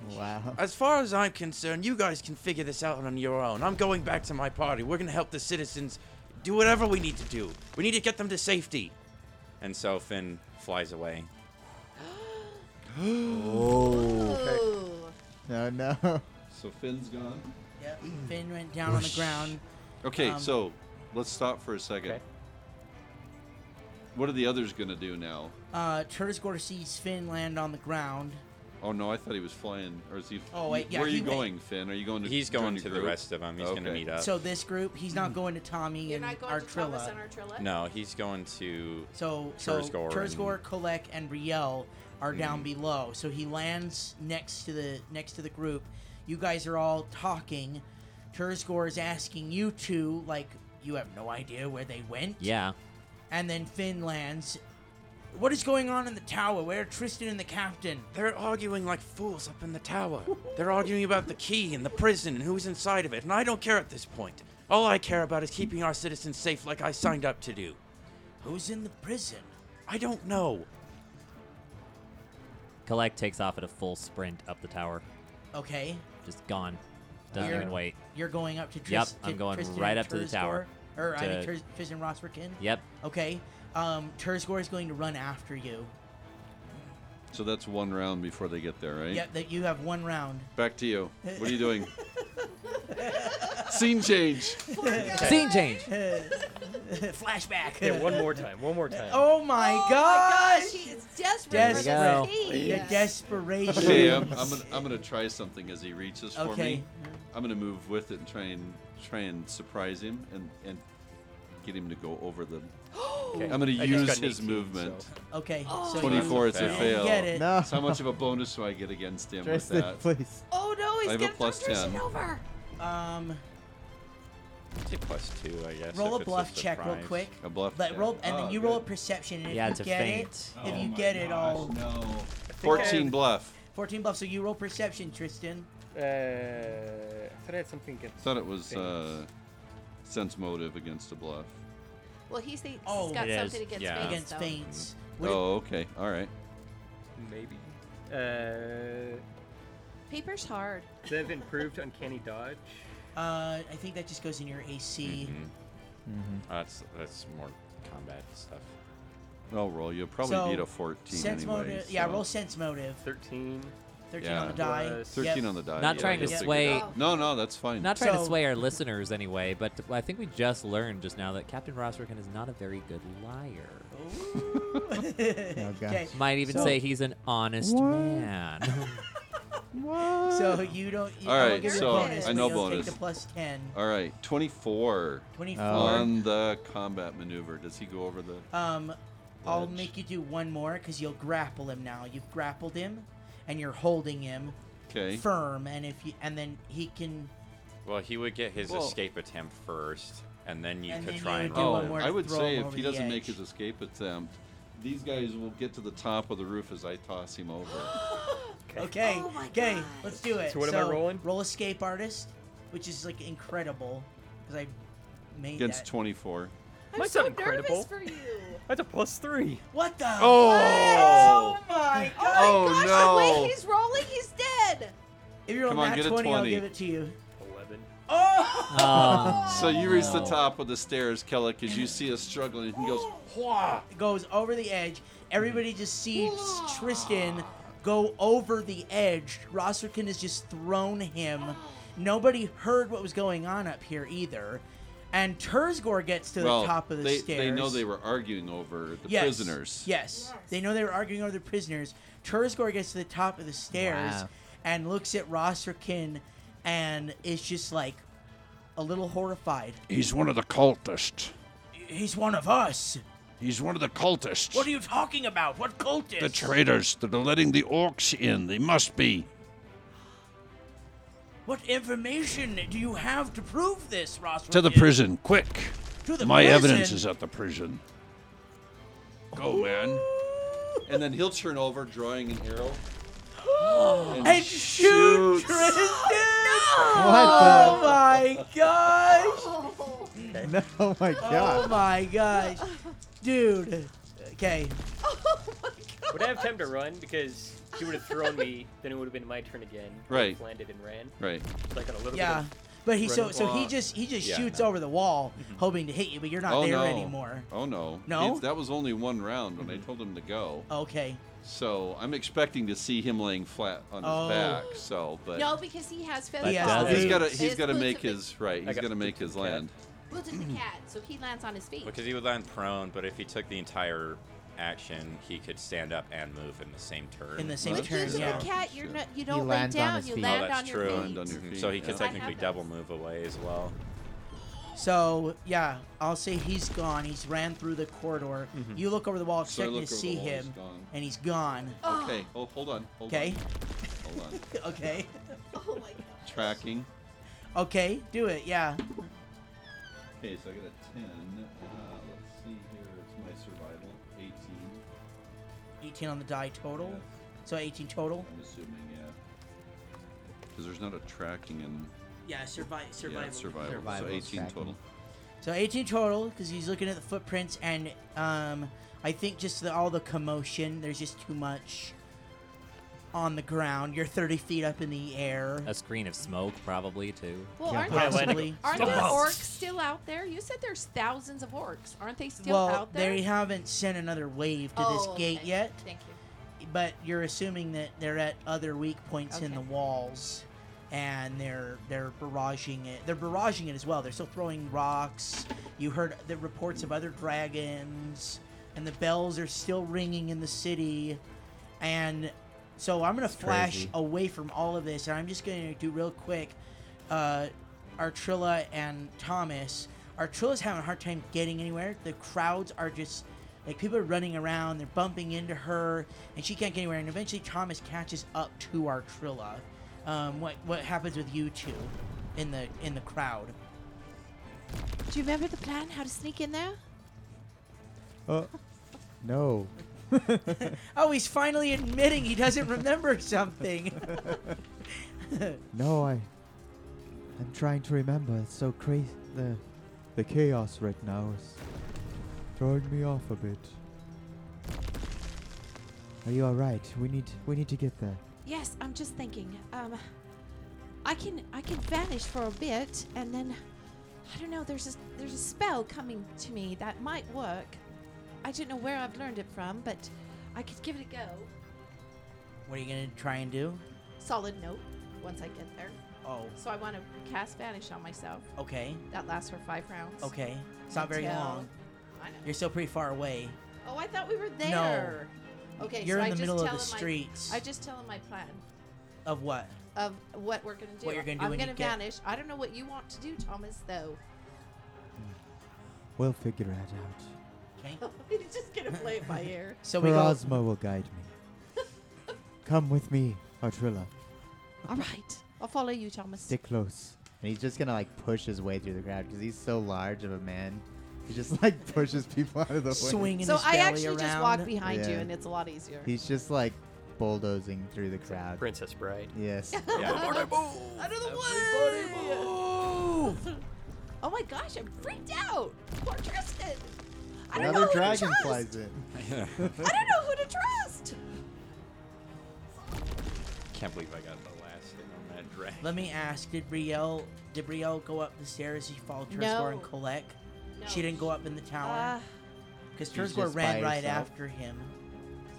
Speaker 2: god.
Speaker 5: Wow.
Speaker 9: As far as I'm concerned, you guys can figure this out on your own. I'm going back to my party. We're going to help the citizens do whatever we need to do. We need to get them to safety. And so Finn flies away.
Speaker 3: Ooh.
Speaker 5: No, no.
Speaker 7: So Finn's gone.
Speaker 2: Yep. Finn went down on the ground.
Speaker 7: Okay,
Speaker 2: Um,
Speaker 7: so let's stop for a second.
Speaker 4: Okay.
Speaker 7: What are the others going to do now?
Speaker 2: Uh, Turtis Gore sees Finn land on the ground.
Speaker 7: Oh no, I thought he was flying. Or is he?
Speaker 2: Oh, wait, yeah,
Speaker 7: Where are
Speaker 2: he
Speaker 7: you
Speaker 2: went-
Speaker 7: going, Finn? Are you going to?
Speaker 9: He's going
Speaker 7: join
Speaker 9: to
Speaker 7: your
Speaker 9: the
Speaker 7: group?
Speaker 9: rest of them. He's going to
Speaker 7: Okay.
Speaker 9: meet up.
Speaker 2: So this group, he's
Speaker 7: Hmm.
Speaker 2: not going to Tommy
Speaker 3: You're
Speaker 2: and
Speaker 3: not going to Thomas
Speaker 2: Artrilla.
Speaker 3: and Artrilla?
Speaker 9: no, he's going to.
Speaker 2: So so
Speaker 9: Turzgor
Speaker 2: Turzgor, Kolek, and Riel are down
Speaker 6: Mm-hmm.
Speaker 2: below. So he lands next to the next to the group. You guys are all talking. Turzgor is asking you two, like, you have no idea where they went.
Speaker 6: yeah.
Speaker 2: And then Finn lands. What is going on in the tower? Where are Tristan and the captain?
Speaker 9: They're arguing like fools up in the tower. They're arguing about the key and the prison and who's inside of it, and I don't care at this point. All I care about is keeping our citizens safe like I signed up to do.
Speaker 2: Who's in the prison?
Speaker 9: I don't know.
Speaker 6: Collect takes off at a full sprint up the tower.
Speaker 2: Okay.
Speaker 6: Just gone. Doesn't
Speaker 2: Weird.
Speaker 6: even wait.
Speaker 2: You're going up to
Speaker 6: Yep,
Speaker 2: Tristan.
Speaker 6: I'm going
Speaker 2: Tristan
Speaker 6: right
Speaker 2: and
Speaker 6: up to the tower
Speaker 2: Turzgor? Or I mean
Speaker 6: to-
Speaker 2: Tur- Tristan Rosserkin?
Speaker 6: Yep.
Speaker 2: Okay. um, Terzgor is going to run after you.
Speaker 7: So that's one round before they get there, right?
Speaker 2: Yeah, that you have one round.
Speaker 7: Back to you. What are you doing? Scene change.
Speaker 6: Scene change.
Speaker 2: Flashback.
Speaker 4: Okay, one more time. One more time.
Speaker 2: Oh my
Speaker 3: oh my
Speaker 2: gosh!
Speaker 3: gosh, she is desperate
Speaker 2: Desperate.
Speaker 6: There
Speaker 3: for
Speaker 6: we
Speaker 3: the
Speaker 6: go.
Speaker 3: key.
Speaker 2: The desperation.
Speaker 7: Okay, I'm, I'm gonna I'm gonna try something as he reaches for
Speaker 2: Okay.
Speaker 7: me. I'm gonna move with it and try and try and surprise him and and get him to go over the.
Speaker 4: Okay,
Speaker 7: I'm gonna
Speaker 4: I just got
Speaker 7: use
Speaker 4: an
Speaker 7: his
Speaker 4: 18,
Speaker 7: movement.
Speaker 4: so-
Speaker 2: Okay,
Speaker 3: Oh.
Speaker 2: so
Speaker 7: 24 it's a
Speaker 1: You
Speaker 2: You
Speaker 1: didn't
Speaker 7: fail.
Speaker 2: get it.
Speaker 5: No.
Speaker 7: So how much of a bonus do I get against him with
Speaker 5: Tristan,
Speaker 7: that?
Speaker 5: please.
Speaker 3: Oh no, he's
Speaker 7: I have a
Speaker 3: gonna
Speaker 7: plus
Speaker 3: turn Tristan
Speaker 7: 10.
Speaker 3: over.
Speaker 2: Um,
Speaker 1: Take plus two, I guess.
Speaker 2: roll
Speaker 1: if
Speaker 2: a
Speaker 1: it's
Speaker 2: bluff check real
Speaker 1: surprise.
Speaker 2: quick.
Speaker 7: A bluff
Speaker 2: But
Speaker 7: check.
Speaker 2: roll, and
Speaker 7: Oh,
Speaker 2: then you roll a
Speaker 7: good.
Speaker 2: perception, and if
Speaker 6: Yeah,
Speaker 2: you
Speaker 6: it's a
Speaker 2: get
Speaker 6: feint.
Speaker 2: it,
Speaker 4: Oh
Speaker 2: if you get it all,
Speaker 7: No.
Speaker 4: I had-
Speaker 7: 14 bluff.
Speaker 2: 14 buff. So you roll perception, Tristan.
Speaker 4: Uh, I thought I had something against.
Speaker 7: Thought it was
Speaker 4: things.
Speaker 7: uh, sense motive against a bluff.
Speaker 3: Well, he thinks
Speaker 2: Oh,
Speaker 3: he's got
Speaker 6: it is,
Speaker 3: something against
Speaker 6: yeah.
Speaker 3: me.
Speaker 2: against
Speaker 3: so.
Speaker 2: feints. What did-
Speaker 7: Oh, okay. All right.
Speaker 4: Maybe. Uh,
Speaker 3: Paper's hard.
Speaker 4: does that have improved uncanny dodge?
Speaker 2: Uh, I think that just goes in your AC.
Speaker 7: Mm-hmm.
Speaker 2: Mm-hmm.
Speaker 1: Oh, that's that's more combat stuff.
Speaker 7: I'll roll. You'll probably
Speaker 2: So,
Speaker 7: beat a 14
Speaker 2: Sense
Speaker 7: anyway.
Speaker 2: motive. Yeah,
Speaker 7: so-
Speaker 2: roll sense motive.
Speaker 4: Thirteen.
Speaker 2: 13
Speaker 7: Yeah.
Speaker 2: on the die.
Speaker 4: Plus-
Speaker 7: 13
Speaker 2: Yep.
Speaker 7: on the die.
Speaker 6: Not
Speaker 7: yeah,
Speaker 6: trying to
Speaker 7: you'll figure
Speaker 6: sway.
Speaker 7: it out. No, no, that's fine.
Speaker 6: Not trying to
Speaker 2: So-
Speaker 6: sway our listeners anyway, but I think we just learned just now that Captain Rosserkin is not a very good liar.
Speaker 7: Oh,
Speaker 5: gosh.
Speaker 2: okay.
Speaker 6: Might even
Speaker 2: So-
Speaker 6: say he's an honest man.
Speaker 2: So you don't. You,
Speaker 7: All
Speaker 2: I won't
Speaker 7: right,
Speaker 2: give you a
Speaker 3: so
Speaker 2: bonus,
Speaker 3: I
Speaker 2: but
Speaker 3: know
Speaker 2: you'll
Speaker 7: bonus.
Speaker 2: Take the plus ten.
Speaker 7: All right. 24
Speaker 2: Twenty-four.
Speaker 7: on the combat maneuver. Does he go over the.
Speaker 2: um, I'll
Speaker 7: Edge.
Speaker 2: make you do one more because you'll grapple him now. You've grappled him, and you're holding him
Speaker 7: Okay.
Speaker 2: firm. And if you, and then he can.
Speaker 1: Well, he would get his
Speaker 4: Well-
Speaker 1: escape attempt first, and then you
Speaker 2: And
Speaker 1: could
Speaker 2: then
Speaker 1: try
Speaker 2: you
Speaker 1: and
Speaker 2: would do
Speaker 1: roll.
Speaker 2: one
Speaker 7: Oh,
Speaker 2: more
Speaker 7: I
Speaker 2: to
Speaker 7: would
Speaker 2: throw
Speaker 7: say
Speaker 2: him
Speaker 7: if
Speaker 2: over
Speaker 7: he
Speaker 2: the
Speaker 7: doesn't make
Speaker 2: edge.
Speaker 7: his escape attempt, these guys will get to the top of the roof as I toss him over.
Speaker 2: Okay.
Speaker 3: Oh my
Speaker 2: okay.
Speaker 3: gosh.
Speaker 2: Let's do it.
Speaker 4: So what am I rolling?
Speaker 2: Roll escape artist, which is like incredible because I made
Speaker 7: Against
Speaker 2: that.
Speaker 7: 24.
Speaker 3: I'm
Speaker 4: Mine's
Speaker 3: so
Speaker 4: not incredible.
Speaker 3: nervous for you.
Speaker 4: That's a plus three.
Speaker 2: What the?
Speaker 6: Oh.
Speaker 7: Oh!
Speaker 2: Oh my
Speaker 3: Oh,
Speaker 2: god!
Speaker 7: Oh,
Speaker 3: my gosh, the
Speaker 7: no.
Speaker 3: way he's rolling, he's dead.
Speaker 2: If you're on
Speaker 7: Come on,
Speaker 2: that
Speaker 7: get a
Speaker 2: 20, I'll
Speaker 7: 20.
Speaker 2: give it to you.
Speaker 4: Eleven.
Speaker 2: Oh!
Speaker 6: Oh.
Speaker 7: So you reach the
Speaker 6: no.
Speaker 7: top of the stairs, Kellic, as you see us struggling, and he goes, Wah!
Speaker 2: goes over the edge. Everybody just sees Tristan go over the edge. Rosserkin has just thrown him. Nobody heard what was going on up here either. And Terzgor gets to
Speaker 7: well,
Speaker 2: the top of the
Speaker 7: they,
Speaker 2: stairs.
Speaker 7: They know they were arguing over the
Speaker 2: Yes,
Speaker 7: prisoners.
Speaker 2: Yes. They know they were arguing over the prisoners. Terzgor gets to the top of the stairs
Speaker 6: Wow.
Speaker 2: and looks at Rosserkin and is just like a little horrified.
Speaker 8: He's one of the cultists.
Speaker 2: He's one of us.
Speaker 8: He's one of the cultists.
Speaker 2: What are you talking about? What cultist?
Speaker 8: the traitors that are letting the orcs in. They must be.
Speaker 2: What information do you have to prove this, Ross?
Speaker 8: To the prison, quick.
Speaker 2: To the
Speaker 8: My
Speaker 2: prison?
Speaker 8: evidence is at the prison. Go, man.
Speaker 7: And then he'll turn over, drawing an arrow. and
Speaker 2: Oh. And shoot,
Speaker 7: shoots.
Speaker 2: Tristan!
Speaker 5: What
Speaker 2: Oh my gosh!
Speaker 5: the? Oh my
Speaker 2: Oh
Speaker 5: god.
Speaker 2: my gosh, dude. Okay,
Speaker 4: Would I have time to run? Because he would have thrown me, then it would have been my turn again. I
Speaker 7: Right.
Speaker 4: would've Landed and ran.
Speaker 7: Right.
Speaker 4: So I got a little
Speaker 2: yeah,
Speaker 4: bit.
Speaker 2: but he so
Speaker 4: Running
Speaker 2: so he
Speaker 4: block.
Speaker 2: just he just
Speaker 1: Yeah,
Speaker 2: shoots
Speaker 1: no.
Speaker 2: over the wall, hoping to hit you, but you're not
Speaker 7: oh,
Speaker 2: there
Speaker 7: no.
Speaker 2: anymore.
Speaker 7: Oh, no.
Speaker 2: No?
Speaker 7: He's- that was only one round when I told him to go.
Speaker 2: Okay,
Speaker 7: So I'm expecting to see him laying flat on his
Speaker 2: Oh.
Speaker 7: back. So, but
Speaker 3: No, because he has feathers.
Speaker 6: But
Speaker 2: Yeah.
Speaker 6: does
Speaker 7: he's
Speaker 6: he?
Speaker 7: got to
Speaker 3: His
Speaker 7: he's got to
Speaker 3: boots
Speaker 7: make
Speaker 3: have been-
Speaker 7: his right. He's
Speaker 4: got
Speaker 7: got to make his
Speaker 4: boots and
Speaker 7: land.
Speaker 3: Boots is the cat, so he lands on his feet.
Speaker 1: Because he would land prone, but if he took the entire action, he could stand up and move in the same turn.
Speaker 2: in the same
Speaker 3: But
Speaker 7: Which
Speaker 2: turn,
Speaker 3: usually
Speaker 2: yeah.
Speaker 3: the cat, you're not, you don't lay
Speaker 5: lands on
Speaker 3: down,
Speaker 5: his
Speaker 3: you
Speaker 5: feet. Oh,
Speaker 1: Oh,
Speaker 3: land
Speaker 1: that's
Speaker 3: on
Speaker 1: true.
Speaker 3: your
Speaker 7: Land on
Speaker 3: feet.
Speaker 7: your
Speaker 1: So he
Speaker 7: feet,
Speaker 1: could
Speaker 7: yeah.
Speaker 1: technically
Speaker 3: That
Speaker 1: double move away as well.
Speaker 2: So yeah, I'll say he's gone. He's ran through the corridor. You look over the wall,
Speaker 7: Mm-hmm. So I
Speaker 2: checking
Speaker 7: look
Speaker 2: to
Speaker 7: over the
Speaker 2: see
Speaker 7: wall, he's
Speaker 2: him,
Speaker 7: gone.
Speaker 2: and he's gone.
Speaker 7: Okay. Oh, hold on. Hold
Speaker 2: Okay,
Speaker 7: on. Hold on.
Speaker 2: okay.
Speaker 3: Oh my god.
Speaker 7: Tracking.
Speaker 2: Okay, do it. Yeah.
Speaker 7: Okay, so I got a 10. Uh, let's see here. It's my survival. 18.
Speaker 2: 18 on the die total.
Speaker 7: Yeah.
Speaker 2: So 18 total.
Speaker 7: I'm assuming, yeah. Because there's not a tracking in
Speaker 2: Yeah, survive,
Speaker 7: yeah, it's survival.
Speaker 5: Survival
Speaker 7: So
Speaker 5: is
Speaker 7: 18
Speaker 5: tracking.
Speaker 7: total.
Speaker 2: So 18 total because he's looking at the footprints and um, I think just the, all the commotion. There's just too much. on the ground. You're 30 feet up in the air.
Speaker 6: A screen of smoke, probably too.
Speaker 3: Well,
Speaker 2: Yeah,
Speaker 3: aren't,
Speaker 2: but I
Speaker 3: there,
Speaker 2: wanna go-
Speaker 3: aren't there
Speaker 4: Stop.
Speaker 3: orcs still out there? You said there's thousands of orcs. Aren't they still
Speaker 2: well,
Speaker 3: out there?
Speaker 2: they haven't sent another wave to
Speaker 3: oh,
Speaker 2: this gate
Speaker 3: okay.
Speaker 2: yet,
Speaker 3: Thank you.
Speaker 2: but you're assuming that they're at other weak points in
Speaker 3: Okay.
Speaker 2: the walls, and they're they're barraging it. They're barraging it as well. They're still throwing rocks. You heard the reports of other dragons, and the bells are still ringing in the city, and so I'm gonna flash
Speaker 6: crazy.
Speaker 2: away from all of this, and I'm just gonna do real quick. Uh, Artrilla and Thomas. Artrilla's having a hard time getting anywhere. The crowds are just like people are running around. They're bumping into her, and she can't get anywhere. And eventually, Thomas catches up to Artrilla. Um, what what happens with you two in the in the crowd?
Speaker 3: Do you remember the plan? How to sneak in there?
Speaker 5: Uh, No.
Speaker 2: Oh, he's finally admitting he doesn't remember something.
Speaker 5: No, I. I'm trying to remember. It's so crazy. The, the chaos right now is throwing me off a bit. Are you all right? We need we need to get there.
Speaker 3: Yes, I'm just thinking. Um, I can I can vanish for a bit, and then I don't know. There's a there's a spell coming to me that might work. I don't know where I've learned it from, but I could give it a go.
Speaker 2: what are you gonna try and do?
Speaker 3: Solid note. Once I get there,
Speaker 2: Oh,
Speaker 3: so I want to cast vanish on myself.
Speaker 2: okay,
Speaker 3: That lasts for five rounds.
Speaker 2: okay. It's not very
Speaker 3: Until-
Speaker 2: long.
Speaker 3: I know.
Speaker 2: You're still pretty far away.
Speaker 3: Oh, I thought we were there. Okay,
Speaker 2: You're
Speaker 3: so
Speaker 2: in
Speaker 3: I
Speaker 2: the
Speaker 3: just
Speaker 2: middle of
Speaker 3: tell
Speaker 2: the
Speaker 3: him my-
Speaker 2: streets.
Speaker 3: I just tell him my plan
Speaker 2: Of what?
Speaker 3: of what we're gonna do.
Speaker 2: What you're gonna do
Speaker 3: I'm
Speaker 2: when you
Speaker 3: gonna
Speaker 2: get-
Speaker 3: vanish. I don't know what you want to do, Thomas, though.
Speaker 5: We'll figure it out.
Speaker 2: Okay.
Speaker 3: He's just gonna play it by ear.
Speaker 2: So we go.
Speaker 5: Verosma will guide me. Come with me, Artrilla.
Speaker 3: All right, I'll follow you, Thomas.
Speaker 5: Stick close. And he's just gonna like push his way through the crowd because he's so large of a man. He just like pushes people out of the way.
Speaker 2: swinging
Speaker 3: so
Speaker 2: his
Speaker 3: I
Speaker 2: belly
Speaker 3: actually
Speaker 2: around.
Speaker 3: just walk behind you,
Speaker 5: Yeah.
Speaker 3: and it's a lot easier.
Speaker 5: He's just like bulldozing through the
Speaker 4: It's like
Speaker 5: crowd.
Speaker 4: Princess Bride.
Speaker 5: Yes.
Speaker 3: Out of the way! oh my gosh, I'm freaked out. Poor Tristan. I don't know
Speaker 5: Another
Speaker 3: who
Speaker 5: dragon
Speaker 3: to
Speaker 5: flies
Speaker 3: trust.
Speaker 5: in.
Speaker 3: I don't know who to trust.
Speaker 1: Can't believe I got the last thing on that drag.
Speaker 2: Let me ask: Did Brielle did Brielle go up the stairs? Did She follow Terzgor and
Speaker 3: No.
Speaker 2: Colette.
Speaker 3: No.
Speaker 2: She didn't go up in the tower
Speaker 3: Uh,
Speaker 2: because
Speaker 5: She's
Speaker 2: Terzgor
Speaker 5: just
Speaker 2: ran
Speaker 5: by
Speaker 2: right
Speaker 5: herself.
Speaker 2: after him.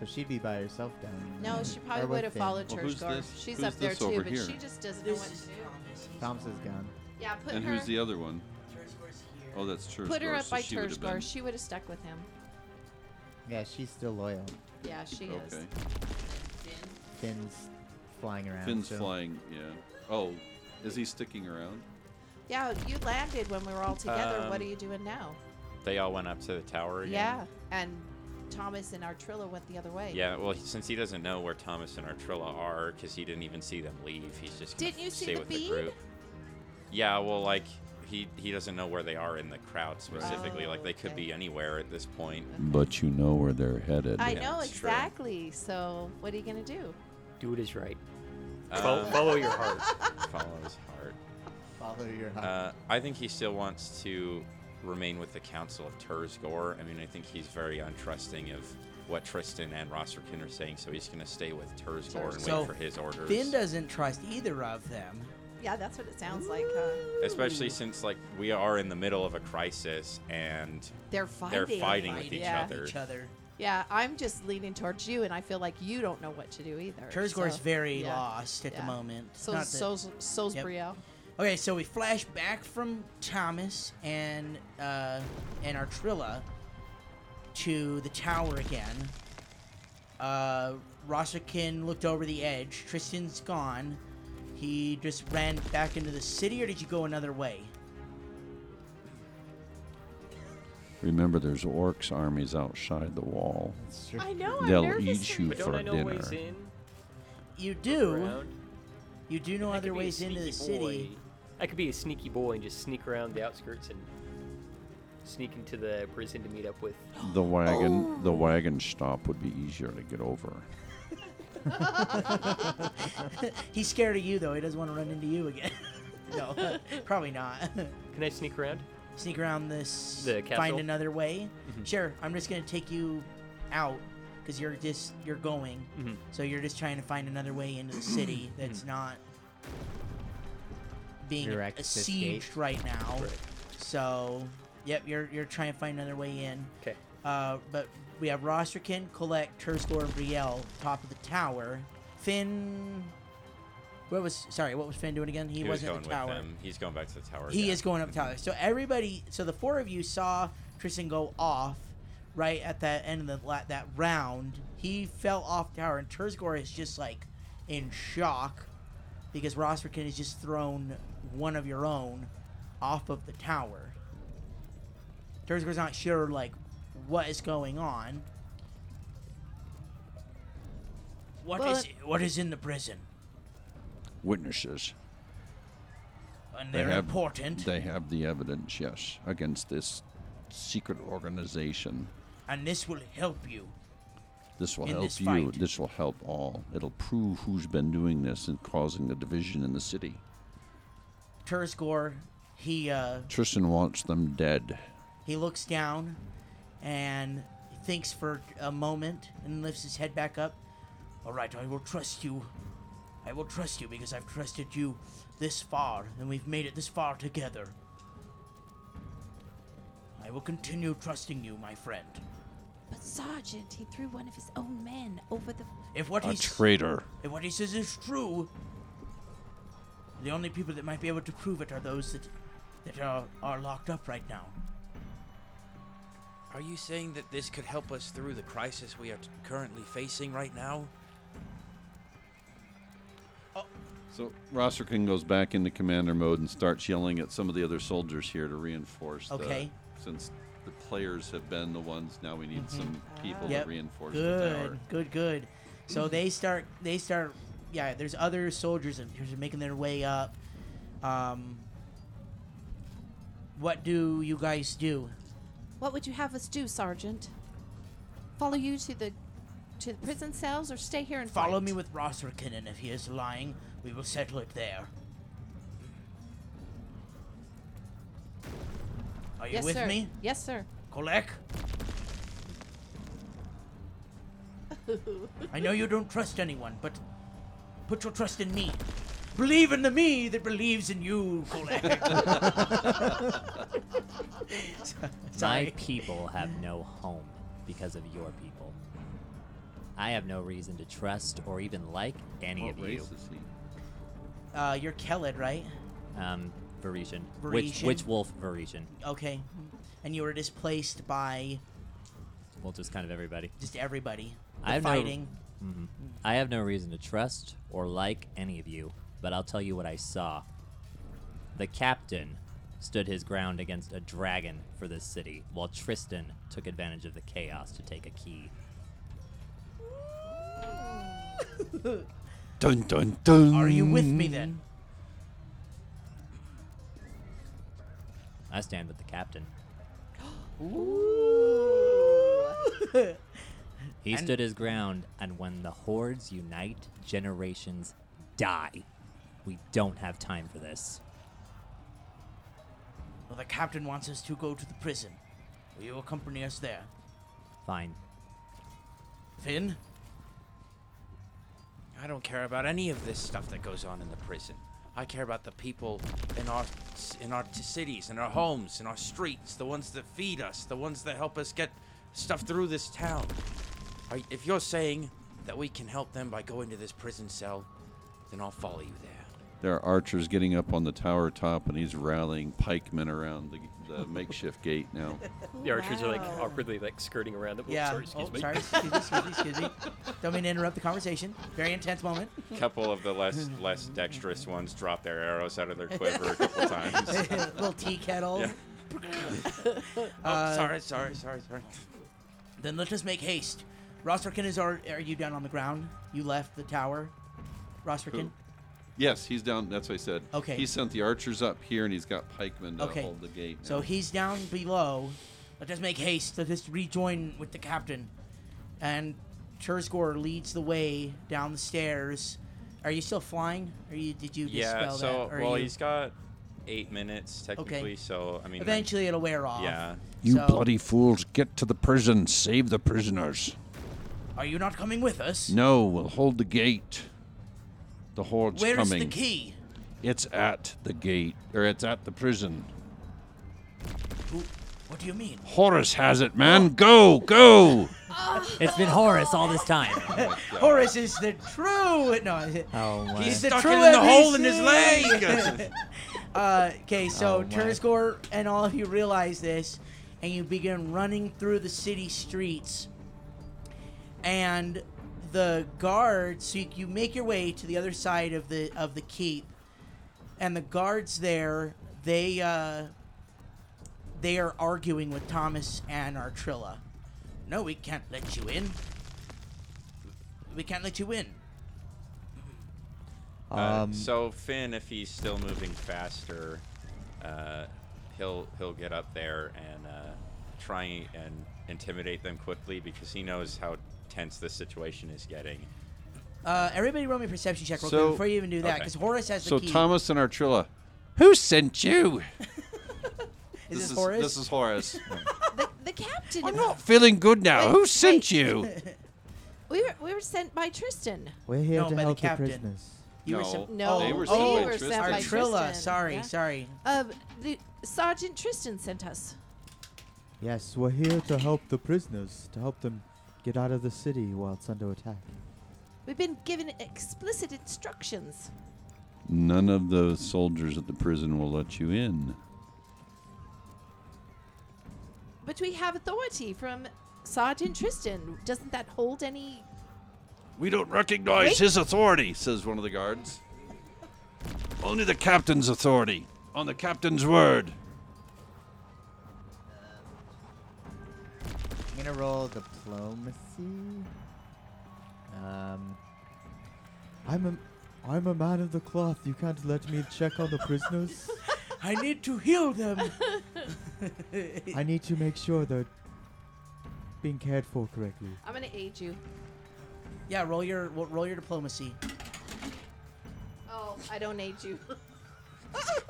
Speaker 5: So she'd be by herself down.
Speaker 3: no, she probably would have followed
Speaker 7: Well,
Speaker 3: her.
Speaker 7: who's this-
Speaker 3: She's
Speaker 7: who's
Speaker 3: up there
Speaker 7: this
Speaker 3: too,
Speaker 7: over
Speaker 3: but
Speaker 7: here?
Speaker 3: she just doesn't know what
Speaker 2: This
Speaker 3: to
Speaker 2: is
Speaker 3: do.
Speaker 2: Thomas. He's
Speaker 5: Thomas is
Speaker 2: gone.
Speaker 5: gone.
Speaker 3: Yeah, put
Speaker 7: And
Speaker 3: her.
Speaker 7: who's the other one?
Speaker 2: Terzgor's here.
Speaker 7: Oh, that's Terzgor.
Speaker 3: Put her up
Speaker 7: so
Speaker 3: by
Speaker 7: she would've been-
Speaker 3: Turshgar. She would have stuck with him.
Speaker 5: Yeah, she's still loyal.
Speaker 3: Yeah, she is.
Speaker 7: Okay.
Speaker 5: Finn's flying around.
Speaker 7: Finn's
Speaker 5: so-
Speaker 7: flying, yeah. Oh, is he sticking around?
Speaker 3: Yeah, you landed when we were all together. what
Speaker 1: Um,
Speaker 3: are you doing now?
Speaker 1: They all went up to the tower again.
Speaker 3: Yeah, and Thomas and Artrilla went the other way.
Speaker 1: Yeah, well, he- since he doesn't know where Thomas and Artrilla are, because he didn't even see them leave, he's just gonna
Speaker 3: Didn't you see
Speaker 1: stay
Speaker 3: the
Speaker 1: with
Speaker 3: bead?
Speaker 1: the group. Yeah, well, like he he doesn't know where they are in the crowd specifically.
Speaker 3: Oh,
Speaker 1: like they could
Speaker 3: okay.
Speaker 1: be anywhere at this point.
Speaker 7: But you know where they're headed.
Speaker 3: I
Speaker 1: Yeah,
Speaker 3: know
Speaker 1: that's true.
Speaker 3: exactly. So what are you gonna do?
Speaker 4: Dude is right. Fol-
Speaker 1: Um,
Speaker 4: follow your heart.
Speaker 1: follow his heart.
Speaker 5: Follow your heart.
Speaker 1: Uh, I think he still wants to remain with the Council of Terzgor. I mean, I think he's very untrusting of what Tristan and Rosserkin are saying, so he's going to stay with Terzgor and
Speaker 2: So,
Speaker 1: wait for his orders.
Speaker 2: Finn doesn't trust either of them.
Speaker 3: Yeah, that's what it sounds like. Huh?
Speaker 1: Especially since, like, we are in the middle of a crisis and
Speaker 3: They're fighting.
Speaker 1: they're fighting with each
Speaker 3: yeah.
Speaker 1: other.
Speaker 2: Each other.
Speaker 3: Yeah, I'm just leaning towards you, and I feel like you don't know what to do either.
Speaker 2: Terzgor's
Speaker 3: so-
Speaker 2: very
Speaker 3: yeah,
Speaker 2: lost at the
Speaker 3: yeah.
Speaker 2: moment.
Speaker 3: So
Speaker 2: Not that-
Speaker 3: so's so's
Speaker 2: Yep.
Speaker 3: Brielle.
Speaker 2: Okay, so we flash back from Thomas and uh, and Artrilla to the tower again. Uh, Rossikin looked over the edge. Tristan's gone. He just ran back into the city, or did you go another way?
Speaker 7: Remember, there's orcs armies outside the wall.
Speaker 5: It's true.
Speaker 3: I know.
Speaker 7: They'll
Speaker 3: I'm nervous.
Speaker 7: eat you
Speaker 4: But don't
Speaker 7: for
Speaker 4: I know
Speaker 7: dinner.
Speaker 4: ways in?
Speaker 2: You do.
Speaker 4: Around?
Speaker 2: You do know
Speaker 4: I could
Speaker 2: other
Speaker 4: be a
Speaker 2: ways into the
Speaker 4: sneaky
Speaker 2: city.
Speaker 4: boy. I could be a sneaky boy and just sneak around the outskirts and sneak into the prison to meet up with.
Speaker 7: The wagon,
Speaker 2: Oh.
Speaker 7: the wagon stop would be easier to get over.
Speaker 2: He's scared of you though. He doesn't want to run into you again. no, probably not.
Speaker 4: Can I sneak around?
Speaker 2: Sneak around this.
Speaker 4: The
Speaker 2: find
Speaker 4: castle? Mm-hmm.
Speaker 2: another way. Sure. I'm just gonna take you out because you're just you're going,
Speaker 4: Mhm.
Speaker 2: so you're just trying to find another way into the city that's
Speaker 4: Mm-hmm.
Speaker 2: not being
Speaker 5: Direct this gate.
Speaker 2: sieged right now. So, yep, you're you're trying to find another way in.
Speaker 4: Okay.
Speaker 2: Uh, but we have Rosterkin, Collect, Turskor, and Brielle top of the tower. Finn, what was sorry? What was Finn doing again? He,
Speaker 1: was
Speaker 2: wasn't
Speaker 1: going
Speaker 2: at the tower.
Speaker 1: with them. He's going back to the tower.
Speaker 2: He
Speaker 1: yeah.
Speaker 2: is going up tower. So everybody, so the four of you saw Tristan go off right at that end of the, la- that round. He fell off tower, and Terzgor is just like in shock because Rosperkin has just thrown one of your own off of the tower. Terzgor's not sure like what is going on. What is
Speaker 3: But-
Speaker 2: what is in the prison?
Speaker 8: Witnesses.
Speaker 2: And they're
Speaker 8: have-
Speaker 2: important.
Speaker 8: They have the evidence, yes, against this secret organization.
Speaker 2: and this will help you.
Speaker 8: This will
Speaker 2: In
Speaker 8: help
Speaker 2: this
Speaker 8: you.
Speaker 2: fight.
Speaker 8: This will help all. It'll prove who's been doing this and causing the division in the city.
Speaker 2: Terzgor, he uh,
Speaker 8: Tristan wants them dead.
Speaker 2: He looks down and thinks for a moment and lifts his head back up. All right, I will trust you. I will trust you because I've trusted you this far and we've made it this far together. I will continue trusting you, my friend.
Speaker 3: But Sergeant, he threw one of his own men over the.
Speaker 2: If what
Speaker 8: A
Speaker 2: he's
Speaker 8: traitor.
Speaker 2: if what he says is true, the only people that might be able to prove it are those that that are, are locked up right now.
Speaker 9: Are you saying that this could help us through the crisis we are t- currently facing right now?
Speaker 7: So Rosserkin goes back into commander mode and starts yelling at some of the other soldiers here to reinforce.
Speaker 2: Okay.
Speaker 7: The, since the players have been the ones, now we need some
Speaker 3: Mm. Ah.
Speaker 7: people
Speaker 2: Mm-hmm. Yep.
Speaker 7: to reinforce the
Speaker 2: Good,
Speaker 7: tower.
Speaker 2: good, good. So they start. They start. Yeah, there's other soldiers that are making their way up. Um, what do you guys do?
Speaker 3: What would you have us do, Sergeant? Follow you to the to the prison cells, or stay here and
Speaker 2: Follow
Speaker 3: fight?
Speaker 2: me with Rosserkin, and if he is lying, we will settle it there. Are you
Speaker 3: yes,
Speaker 2: with
Speaker 3: sir.
Speaker 2: me,
Speaker 3: Yes, sir.
Speaker 2: Kolek? I know you don't trust anyone, but put your trust in me. Believe in the me that believes in you, Kolek.
Speaker 6: My
Speaker 2: Sorry.
Speaker 6: people have no home because of your people. I have no reason to trust or even like any
Speaker 7: What
Speaker 6: of
Speaker 7: race
Speaker 6: you.
Speaker 7: is he?
Speaker 2: Uh, you're Kellid, right?
Speaker 6: Um, Varisian. Which,
Speaker 2: Varisian?
Speaker 6: which wolf Varisian?
Speaker 2: Okay. And you were displaced by
Speaker 6: Well, just kind of everybody.
Speaker 2: just everybody. The
Speaker 6: I have no-
Speaker 2: fighting.
Speaker 6: Mhm. I have no reason to trust or like any of you, but I'll tell you what I saw. The captain stood his ground against a dragon for this city, while Tristan took advantage of the chaos to take a key.
Speaker 8: Dun dun dun.
Speaker 2: Are you with me then?
Speaker 6: I stand with the captain. He
Speaker 2: And-
Speaker 6: stood his ground, and when the hordes unite, generations die. We don't have time for this.
Speaker 2: Well, the captain wants us to go to the prison. Will you accompany us there?
Speaker 6: Fine.
Speaker 2: Finn?
Speaker 9: I don't care about any of this stuff that goes on in the prison. I care about the people in our s- in our t- cities, in our homes, in our streets, the ones that feed us, the ones that help us get stuff through this town. Are, if you're saying that we can help them by going to this prison cell, then I'll follow you there.
Speaker 7: There are archers getting up on the tower top, and he's rallying pikemen around the, the makeshift gate now.
Speaker 4: The archers are like
Speaker 3: Wow.
Speaker 4: awkwardly like skirting around. The- Oops,
Speaker 2: yeah.
Speaker 4: Sorry, excuse
Speaker 2: oh,
Speaker 4: me.
Speaker 2: sorry. Excuse me, excuse me, excuse me. Don't mean to interrupt the conversation. Very intense moment.
Speaker 3: Hmm.
Speaker 1: couple of the less less dexterous ones drop their arrows out of their quiver a couple times.
Speaker 2: Little tea kettle.
Speaker 1: Yeah.
Speaker 9: oh, sorry, sorry, sorry, sorry.
Speaker 2: Uh, Then let us make haste. Rosterkin is our. Are you down on the ground? You left the tower? Rosterkin?
Speaker 7: Who? Yes, he's down. That's what I said.
Speaker 2: Okay.
Speaker 7: He sent the archers up here, and he's got pikemen to
Speaker 2: Okay.
Speaker 7: hold the gate.
Speaker 2: So
Speaker 7: now.
Speaker 2: he's down below. Let us make haste. Let us rejoin with the captain. And Terzgor leads the way down the stairs. Are you still flying? Or you did you
Speaker 1: yeah.
Speaker 2: dispel
Speaker 1: So
Speaker 2: that? Or are
Speaker 1: well,
Speaker 2: you-
Speaker 1: he's got eight minutes technically. So I mean,
Speaker 2: eventually it'll wear off.
Speaker 1: yeah.
Speaker 8: You
Speaker 2: So-
Speaker 8: bloody fools, get to the prison, save the prisoners.
Speaker 2: Are you not coming with us?
Speaker 7: No, we'll hold the gate. The horde's
Speaker 2: Where is
Speaker 7: coming.
Speaker 2: the key?
Speaker 7: It's at the gate, or it's at the prison.
Speaker 2: Who, what do you mean?
Speaker 7: Horus has it,
Speaker 2: Oh.
Speaker 7: man. Go, go.
Speaker 8: Oh.
Speaker 6: It's been Horus all this time.
Speaker 2: Horus is the true. No,
Speaker 6: Oh my.
Speaker 2: he's the
Speaker 9: Stuck
Speaker 2: true
Speaker 9: it in the hole in his
Speaker 2: NPC.
Speaker 9: leg.
Speaker 2: Uh, okay, so
Speaker 6: Oh, my.
Speaker 2: Terzgor and all of you realize this, and you begin running through the city streets. And the guards, so you, you make your way to the other side of the of the keep, and the guards there, they uh, they are arguing with Thomas and Artrilla. No, we can't let you in. We can't let you in.
Speaker 1: Uh,
Speaker 5: Um,
Speaker 1: so Finn, if he's still moving faster, uh, he'll he'll get up there and uh, try and intimidate them quickly because he knows how tense this situation is getting.
Speaker 2: Uh, everybody, roll me a perception check real
Speaker 7: So-
Speaker 2: quick before you even do that,
Speaker 1: okay.
Speaker 2: because Horus has the
Speaker 7: So
Speaker 2: key.
Speaker 7: Thomas and Artrilla, who sent you?
Speaker 2: is this, Horus?
Speaker 7: This is Horus.
Speaker 3: The, the captain.
Speaker 7: I'm not feeling good now.
Speaker 3: Wait,
Speaker 7: Who sent
Speaker 3: wait.
Speaker 7: you?
Speaker 3: We were we were sent by Tristan.
Speaker 5: We're here
Speaker 2: No, by
Speaker 5: to
Speaker 2: the
Speaker 5: help the,
Speaker 2: captain.
Speaker 5: prisoners.
Speaker 2: You were
Speaker 1: No,
Speaker 2: sup-
Speaker 3: No,
Speaker 1: they were
Speaker 2: oh,
Speaker 1: sent
Speaker 3: we
Speaker 1: by
Speaker 3: were
Speaker 1: Tristan.
Speaker 3: sent by
Speaker 2: Artrilla,
Speaker 3: Tristan.
Speaker 2: sorry,
Speaker 3: yeah.
Speaker 2: sorry.
Speaker 3: Uh, the Sergeant Tristan sent us.
Speaker 5: Yes, we're here to help the prisoners, to help them get out of the city while it's under attack.
Speaker 3: We've been given explicit instructions.
Speaker 7: None of the soldiers at the prison will let you in.
Speaker 3: But we have authority from Sergeant Tristan. Doesn't that hold any?
Speaker 8: We don't recognize
Speaker 3: Wait.
Speaker 8: his authority, says one of the guards. Only the captain's authority, on the captain's word.
Speaker 5: I'm gonna roll diplomacy. Um, I'm a, I'm a man of the cloth. You can't let me check on the prisoners.
Speaker 2: I need to heal them.
Speaker 5: I need to make sure they're being cared for correctly.
Speaker 3: I'm gonna aid you.
Speaker 2: yeah, roll your ro- roll your diplomacy.
Speaker 3: Oh, I don't aid you.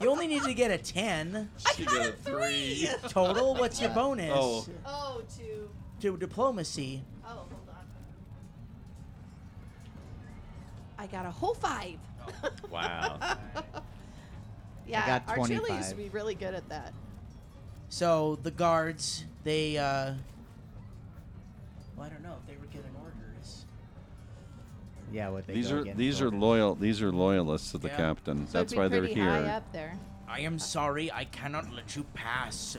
Speaker 2: You only need to get a ten
Speaker 1: She got a three.
Speaker 2: total. What's your bonus
Speaker 1: Oh.
Speaker 3: Oh, two.
Speaker 2: to diplomacy?
Speaker 3: Oh, hold on. I got a whole five.
Speaker 7: Oh,
Speaker 1: Wow.
Speaker 3: Yeah,
Speaker 5: got
Speaker 3: Artrilla used
Speaker 5: 25.
Speaker 3: to be really good at that.
Speaker 2: So the guards, they. uh well, I don't know if they were given orders.
Speaker 5: Yeah, what they
Speaker 7: these
Speaker 5: go
Speaker 7: are
Speaker 5: against
Speaker 7: these are
Speaker 5: orders.
Speaker 7: loyal. These are loyalists to the
Speaker 2: Yeah.
Speaker 7: captain.
Speaker 3: So it'd
Speaker 7: That's
Speaker 3: be
Speaker 7: why they're
Speaker 3: pretty
Speaker 7: here.
Speaker 3: High up there.
Speaker 2: I am sorry, I cannot let you pass.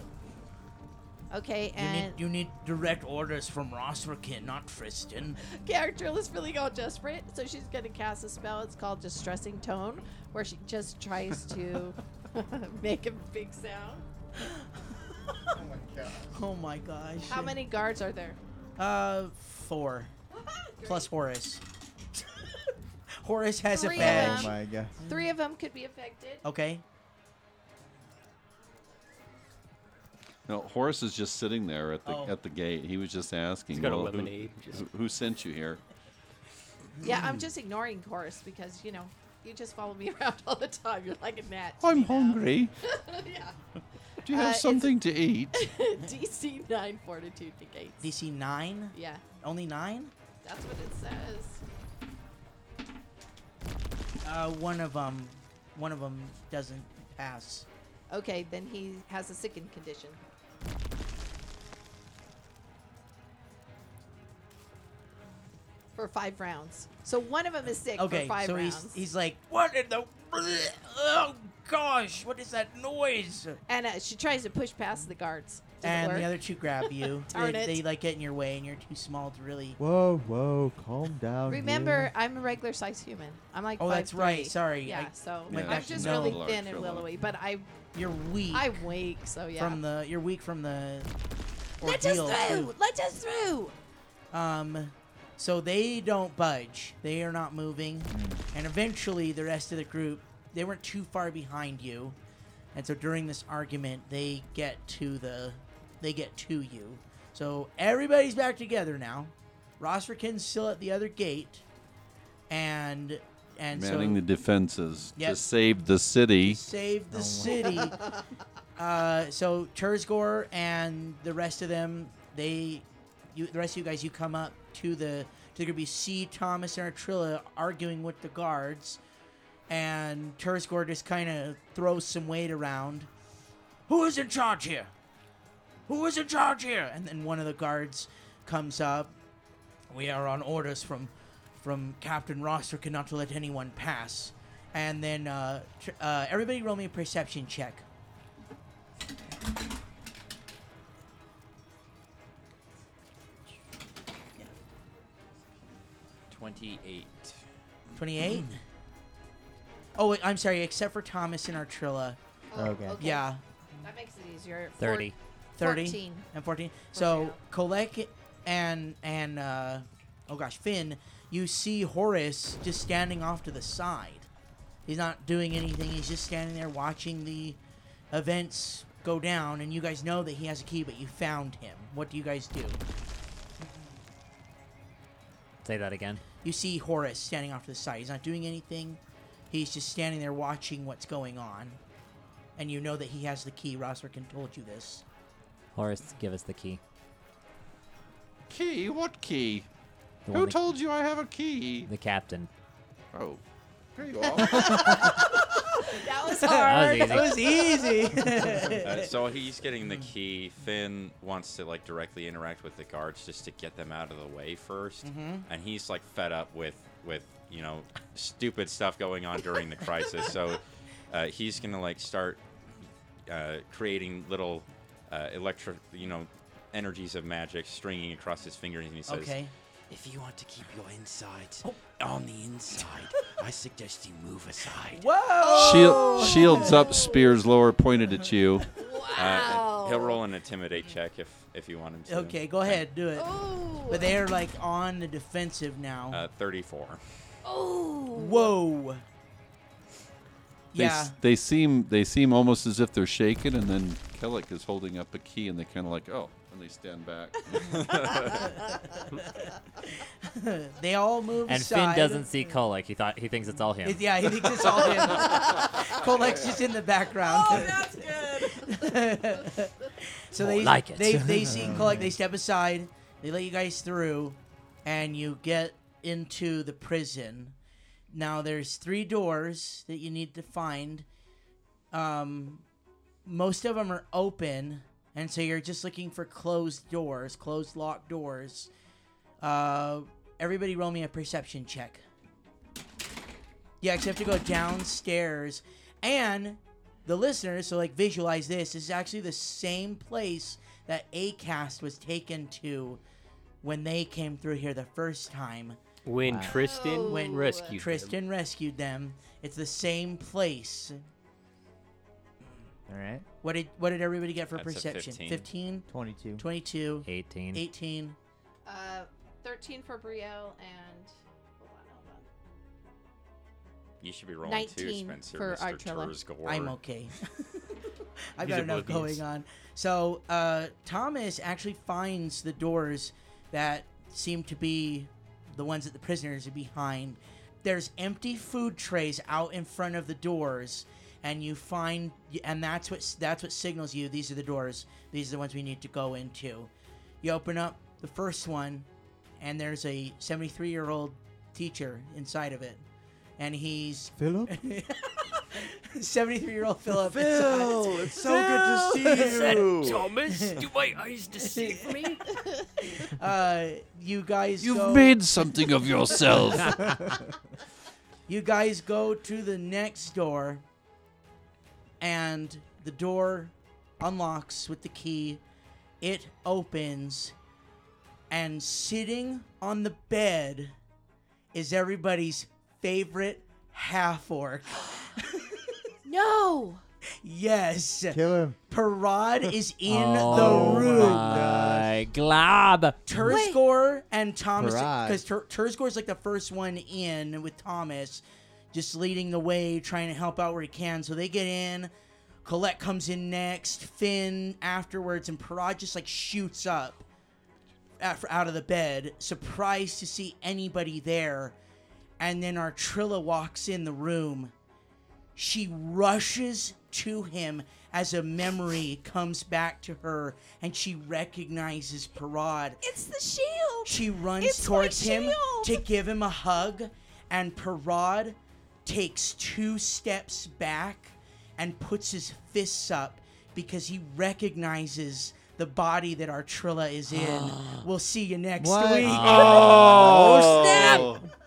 Speaker 3: Okay,
Speaker 2: You need,
Speaker 3: and
Speaker 2: you need direct orders from Rosrakin, not Friston.
Speaker 3: character is really all desperate, so she's gonna cast a spell. It's called Distressing Tone, where she just tries to make a big sound.
Speaker 2: Oh my gosh.
Speaker 3: How many guards are there?
Speaker 2: Uh, four. Plus Horus. Horus has
Speaker 3: Three
Speaker 2: a
Speaker 3: of
Speaker 2: badge.
Speaker 5: Oh my god.
Speaker 3: Three of them could be affected.
Speaker 2: Okay.
Speaker 7: No, Horace is just sitting there at the
Speaker 2: Oh.
Speaker 7: at the gate. He was just asking.
Speaker 4: He's got a
Speaker 7: "Well, who-
Speaker 4: lemonade, just-
Speaker 7: who, who sent you here?
Speaker 3: Yeah, I'm just ignoring Chorus because you know you just follow me around all the time. You're like a gnat. to
Speaker 7: I'm
Speaker 3: me now.
Speaker 7: hungry.
Speaker 3: yeah.
Speaker 7: Do you
Speaker 3: Uh,
Speaker 7: have
Speaker 3: it's-
Speaker 7: something to eat?
Speaker 3: DC nine fortitude negates.
Speaker 2: DC nine?
Speaker 3: Yeah,
Speaker 2: Only nine?
Speaker 3: that's what it says.
Speaker 2: Uh, one of them, one of them doesn't pass.
Speaker 3: Okay, then he has a sickened condition. For five rounds. So one of them is sick
Speaker 2: Okay,
Speaker 3: for five
Speaker 2: so
Speaker 3: rounds.
Speaker 2: he's he's like, what in the? Oh gosh, what is that noise?
Speaker 3: and uh, she tries to push past the guards. Doesn't
Speaker 2: and
Speaker 3: work.
Speaker 2: the other two grab you.
Speaker 3: Darn
Speaker 2: they,
Speaker 3: it.
Speaker 2: they like get in your way, and you're too small to really.
Speaker 5: Whoa, whoa, calm down.
Speaker 3: Remember,
Speaker 5: here.
Speaker 3: I'm a regular size human. I'm like
Speaker 2: Oh, that's right,
Speaker 3: 5'3".
Speaker 2: sorry,
Speaker 3: Yeah,
Speaker 2: I
Speaker 3: so
Speaker 7: went
Speaker 3: I'm
Speaker 7: back to
Speaker 3: just
Speaker 2: no.
Speaker 3: really
Speaker 7: Large
Speaker 3: thin and
Speaker 7: fellow.
Speaker 3: willowy, but I
Speaker 2: You're weak
Speaker 3: I'm weak, so Oh, yeah.
Speaker 2: from the. You're weak from the.
Speaker 3: Let us
Speaker 2: ordeal,
Speaker 3: through!
Speaker 2: too.
Speaker 3: Let us through!
Speaker 2: Um, so they don't budge. They are not moving. And eventually, the rest of the group, they weren't too far behind you. And so during this argument, they get to the, they get to you. So everybody's back together now. Rosterkin's still at the other gate, and and so
Speaker 7: Manning the defenses to
Speaker 2: Yes.
Speaker 7: save the city.
Speaker 2: save the
Speaker 5: Oh my-
Speaker 2: city. uh, so Terzgor and the rest of them, they, you, the rest of you guys, you come up to the They're going to be C, Thomas, and Artrilla arguing with the guards. And Turskor just kind of throws some weight around. Who is in charge here? Who is in charge here? And then one of the guards comes up. We are on orders from from Captain Roster cannot to let anyone pass. And then uh, tr- uh, everybody roll me a perception check.
Speaker 1: Twenty-eight.
Speaker 2: 28. oh, wait, I'm sorry, except for Thomas and Artrilla.
Speaker 3: Oh,
Speaker 5: Okay.
Speaker 2: Yeah,
Speaker 3: That makes it easier. Four-
Speaker 6: 30.
Speaker 2: 30
Speaker 3: 14.
Speaker 2: and 14. So,
Speaker 3: yeah.
Speaker 2: Kolek and, and uh, oh gosh, Finn, you see Horace just standing off to the side. He's not doing anything, he's just standing there watching the events go down, and you guys know that he has a key, but you found him. What do you guys do?
Speaker 6: Say that again.
Speaker 2: You see Horace standing off to the side. He's not doing anything. He's just standing there watching what's going on. And you know that he has the key. Rosserkin told you this.
Speaker 6: Horace, give us the key.
Speaker 8: Key? What key?
Speaker 6: The one
Speaker 8: Who
Speaker 6: the-
Speaker 8: told you I have a key?
Speaker 6: the captain?
Speaker 8: Oh, there you are.
Speaker 3: That was
Speaker 6: That
Speaker 3: hard.
Speaker 6: was easy.
Speaker 2: was easy.
Speaker 1: Uh, so he's getting the key. Finn wants to like directly interact with the guards just to get them out of the way 1st
Speaker 2: Mm-hmm.
Speaker 1: and he's like fed up with with you know stupid stuff going on during the crisis. so uh, he's gonna like start uh, creating little uh, electric, you know, energies of magic stringing across his fingers, and he says,
Speaker 2: okay.
Speaker 9: If you want to keep your insides on the inside, I suggest you move aside.
Speaker 2: Whoa! Oh!
Speaker 7: Shield, shields up, spears lower, pointed at you.
Speaker 1: uh, he'll roll an intimidate check if if you want him to.
Speaker 2: Okay, go ahead, do it.
Speaker 3: Oh.
Speaker 2: But they are like on the defensive now.
Speaker 1: Uh, Thirty-four.
Speaker 3: Oh.
Speaker 2: Whoa.
Speaker 7: They,
Speaker 2: Yeah.
Speaker 7: s- they seem they seem almost as if they're shaken, and then Kellic is holding up a key, and they kind of like oh, and they stand back.
Speaker 2: they all move
Speaker 6: And
Speaker 2: aside.
Speaker 6: Finn doesn't see Kolek. He thought he thinks it's all him.
Speaker 2: It- yeah, he thinks it's all him. Kolek's just in the background.
Speaker 3: Oh, that's good.
Speaker 2: So
Speaker 6: More
Speaker 2: they
Speaker 6: like it.
Speaker 2: they they see collect. They step aside. They let you guys through, and you get into the prison. Now there's three doors that you need to find. Um, most of them are open, and so you're just looking for closed doors, closed locked doors. Uh, everybody, roll me a perception check. Yeah, except to go downstairs, and the listeners, so like visualize this, this is actually the same place that ACAST was taken to when they came through here the first time. Oh.
Speaker 4: When Tristan
Speaker 3: When
Speaker 4: rescued him.
Speaker 2: Tristan rescued them. It's the same place.
Speaker 5: All right.
Speaker 2: What did what did everybody get for
Speaker 1: That's a
Speaker 2: perception?
Speaker 1: 15.
Speaker 2: 15,
Speaker 5: 22.
Speaker 2: 22,
Speaker 6: 18.
Speaker 2: 18.
Speaker 3: Uh, 13 for Brielle and. hold on, hold on.
Speaker 1: You should be rolling too,
Speaker 3: 19
Speaker 1: Spencer.
Speaker 3: for
Speaker 1: Mr.
Speaker 3: Artrilla.
Speaker 1: Terzgor.
Speaker 2: I'm okay. I've
Speaker 4: He's
Speaker 2: got enough
Speaker 4: oblivious.
Speaker 2: going on. So uh, Thomas actually finds the doors that seem to be the ones that the prisoners are behind. There's empty food trays out in front of the doors, and you find, and that's what that's what signals you. These are the doors. These are the ones we need to go into. You open up the first one, and there's a 73 year old teacher inside of it, and he's
Speaker 5: Philip?
Speaker 2: 73 year old Philip.
Speaker 8: it's so good to see
Speaker 4: Thomas, do my eyes deceive me?
Speaker 2: uh, you guys
Speaker 7: You've
Speaker 2: go,
Speaker 7: made something of yourself.
Speaker 2: you guys go to the next door and the door unlocks with the key it opens and sitting on the bed is everybody's favorite half orc
Speaker 3: No!
Speaker 2: yes
Speaker 5: Kill him.
Speaker 2: parad is in
Speaker 6: oh
Speaker 2: the room
Speaker 6: my glob.
Speaker 2: Terzgor and Thomas,
Speaker 5: Right.
Speaker 2: because Ter- Terzgor's like the first one in with Thomas, just leading the way, trying to help out where he can. So they get in. Colette comes in next. Finn afterwards, and Parad just like shoots up af- out of the bed, surprised to see anybody there. And then Artrilla walks in the room. She rushes to him as a memory comes back to her and she recognizes Parad.
Speaker 3: It's the shield.
Speaker 2: She runs
Speaker 3: It's my
Speaker 2: towards him
Speaker 3: shield!
Speaker 2: to give him a hug, and Parad takes two steps back and puts his fists up because he recognizes the body that Artrilla is in. we'll see you next
Speaker 5: What?
Speaker 2: week.
Speaker 6: Oh,
Speaker 2: snap!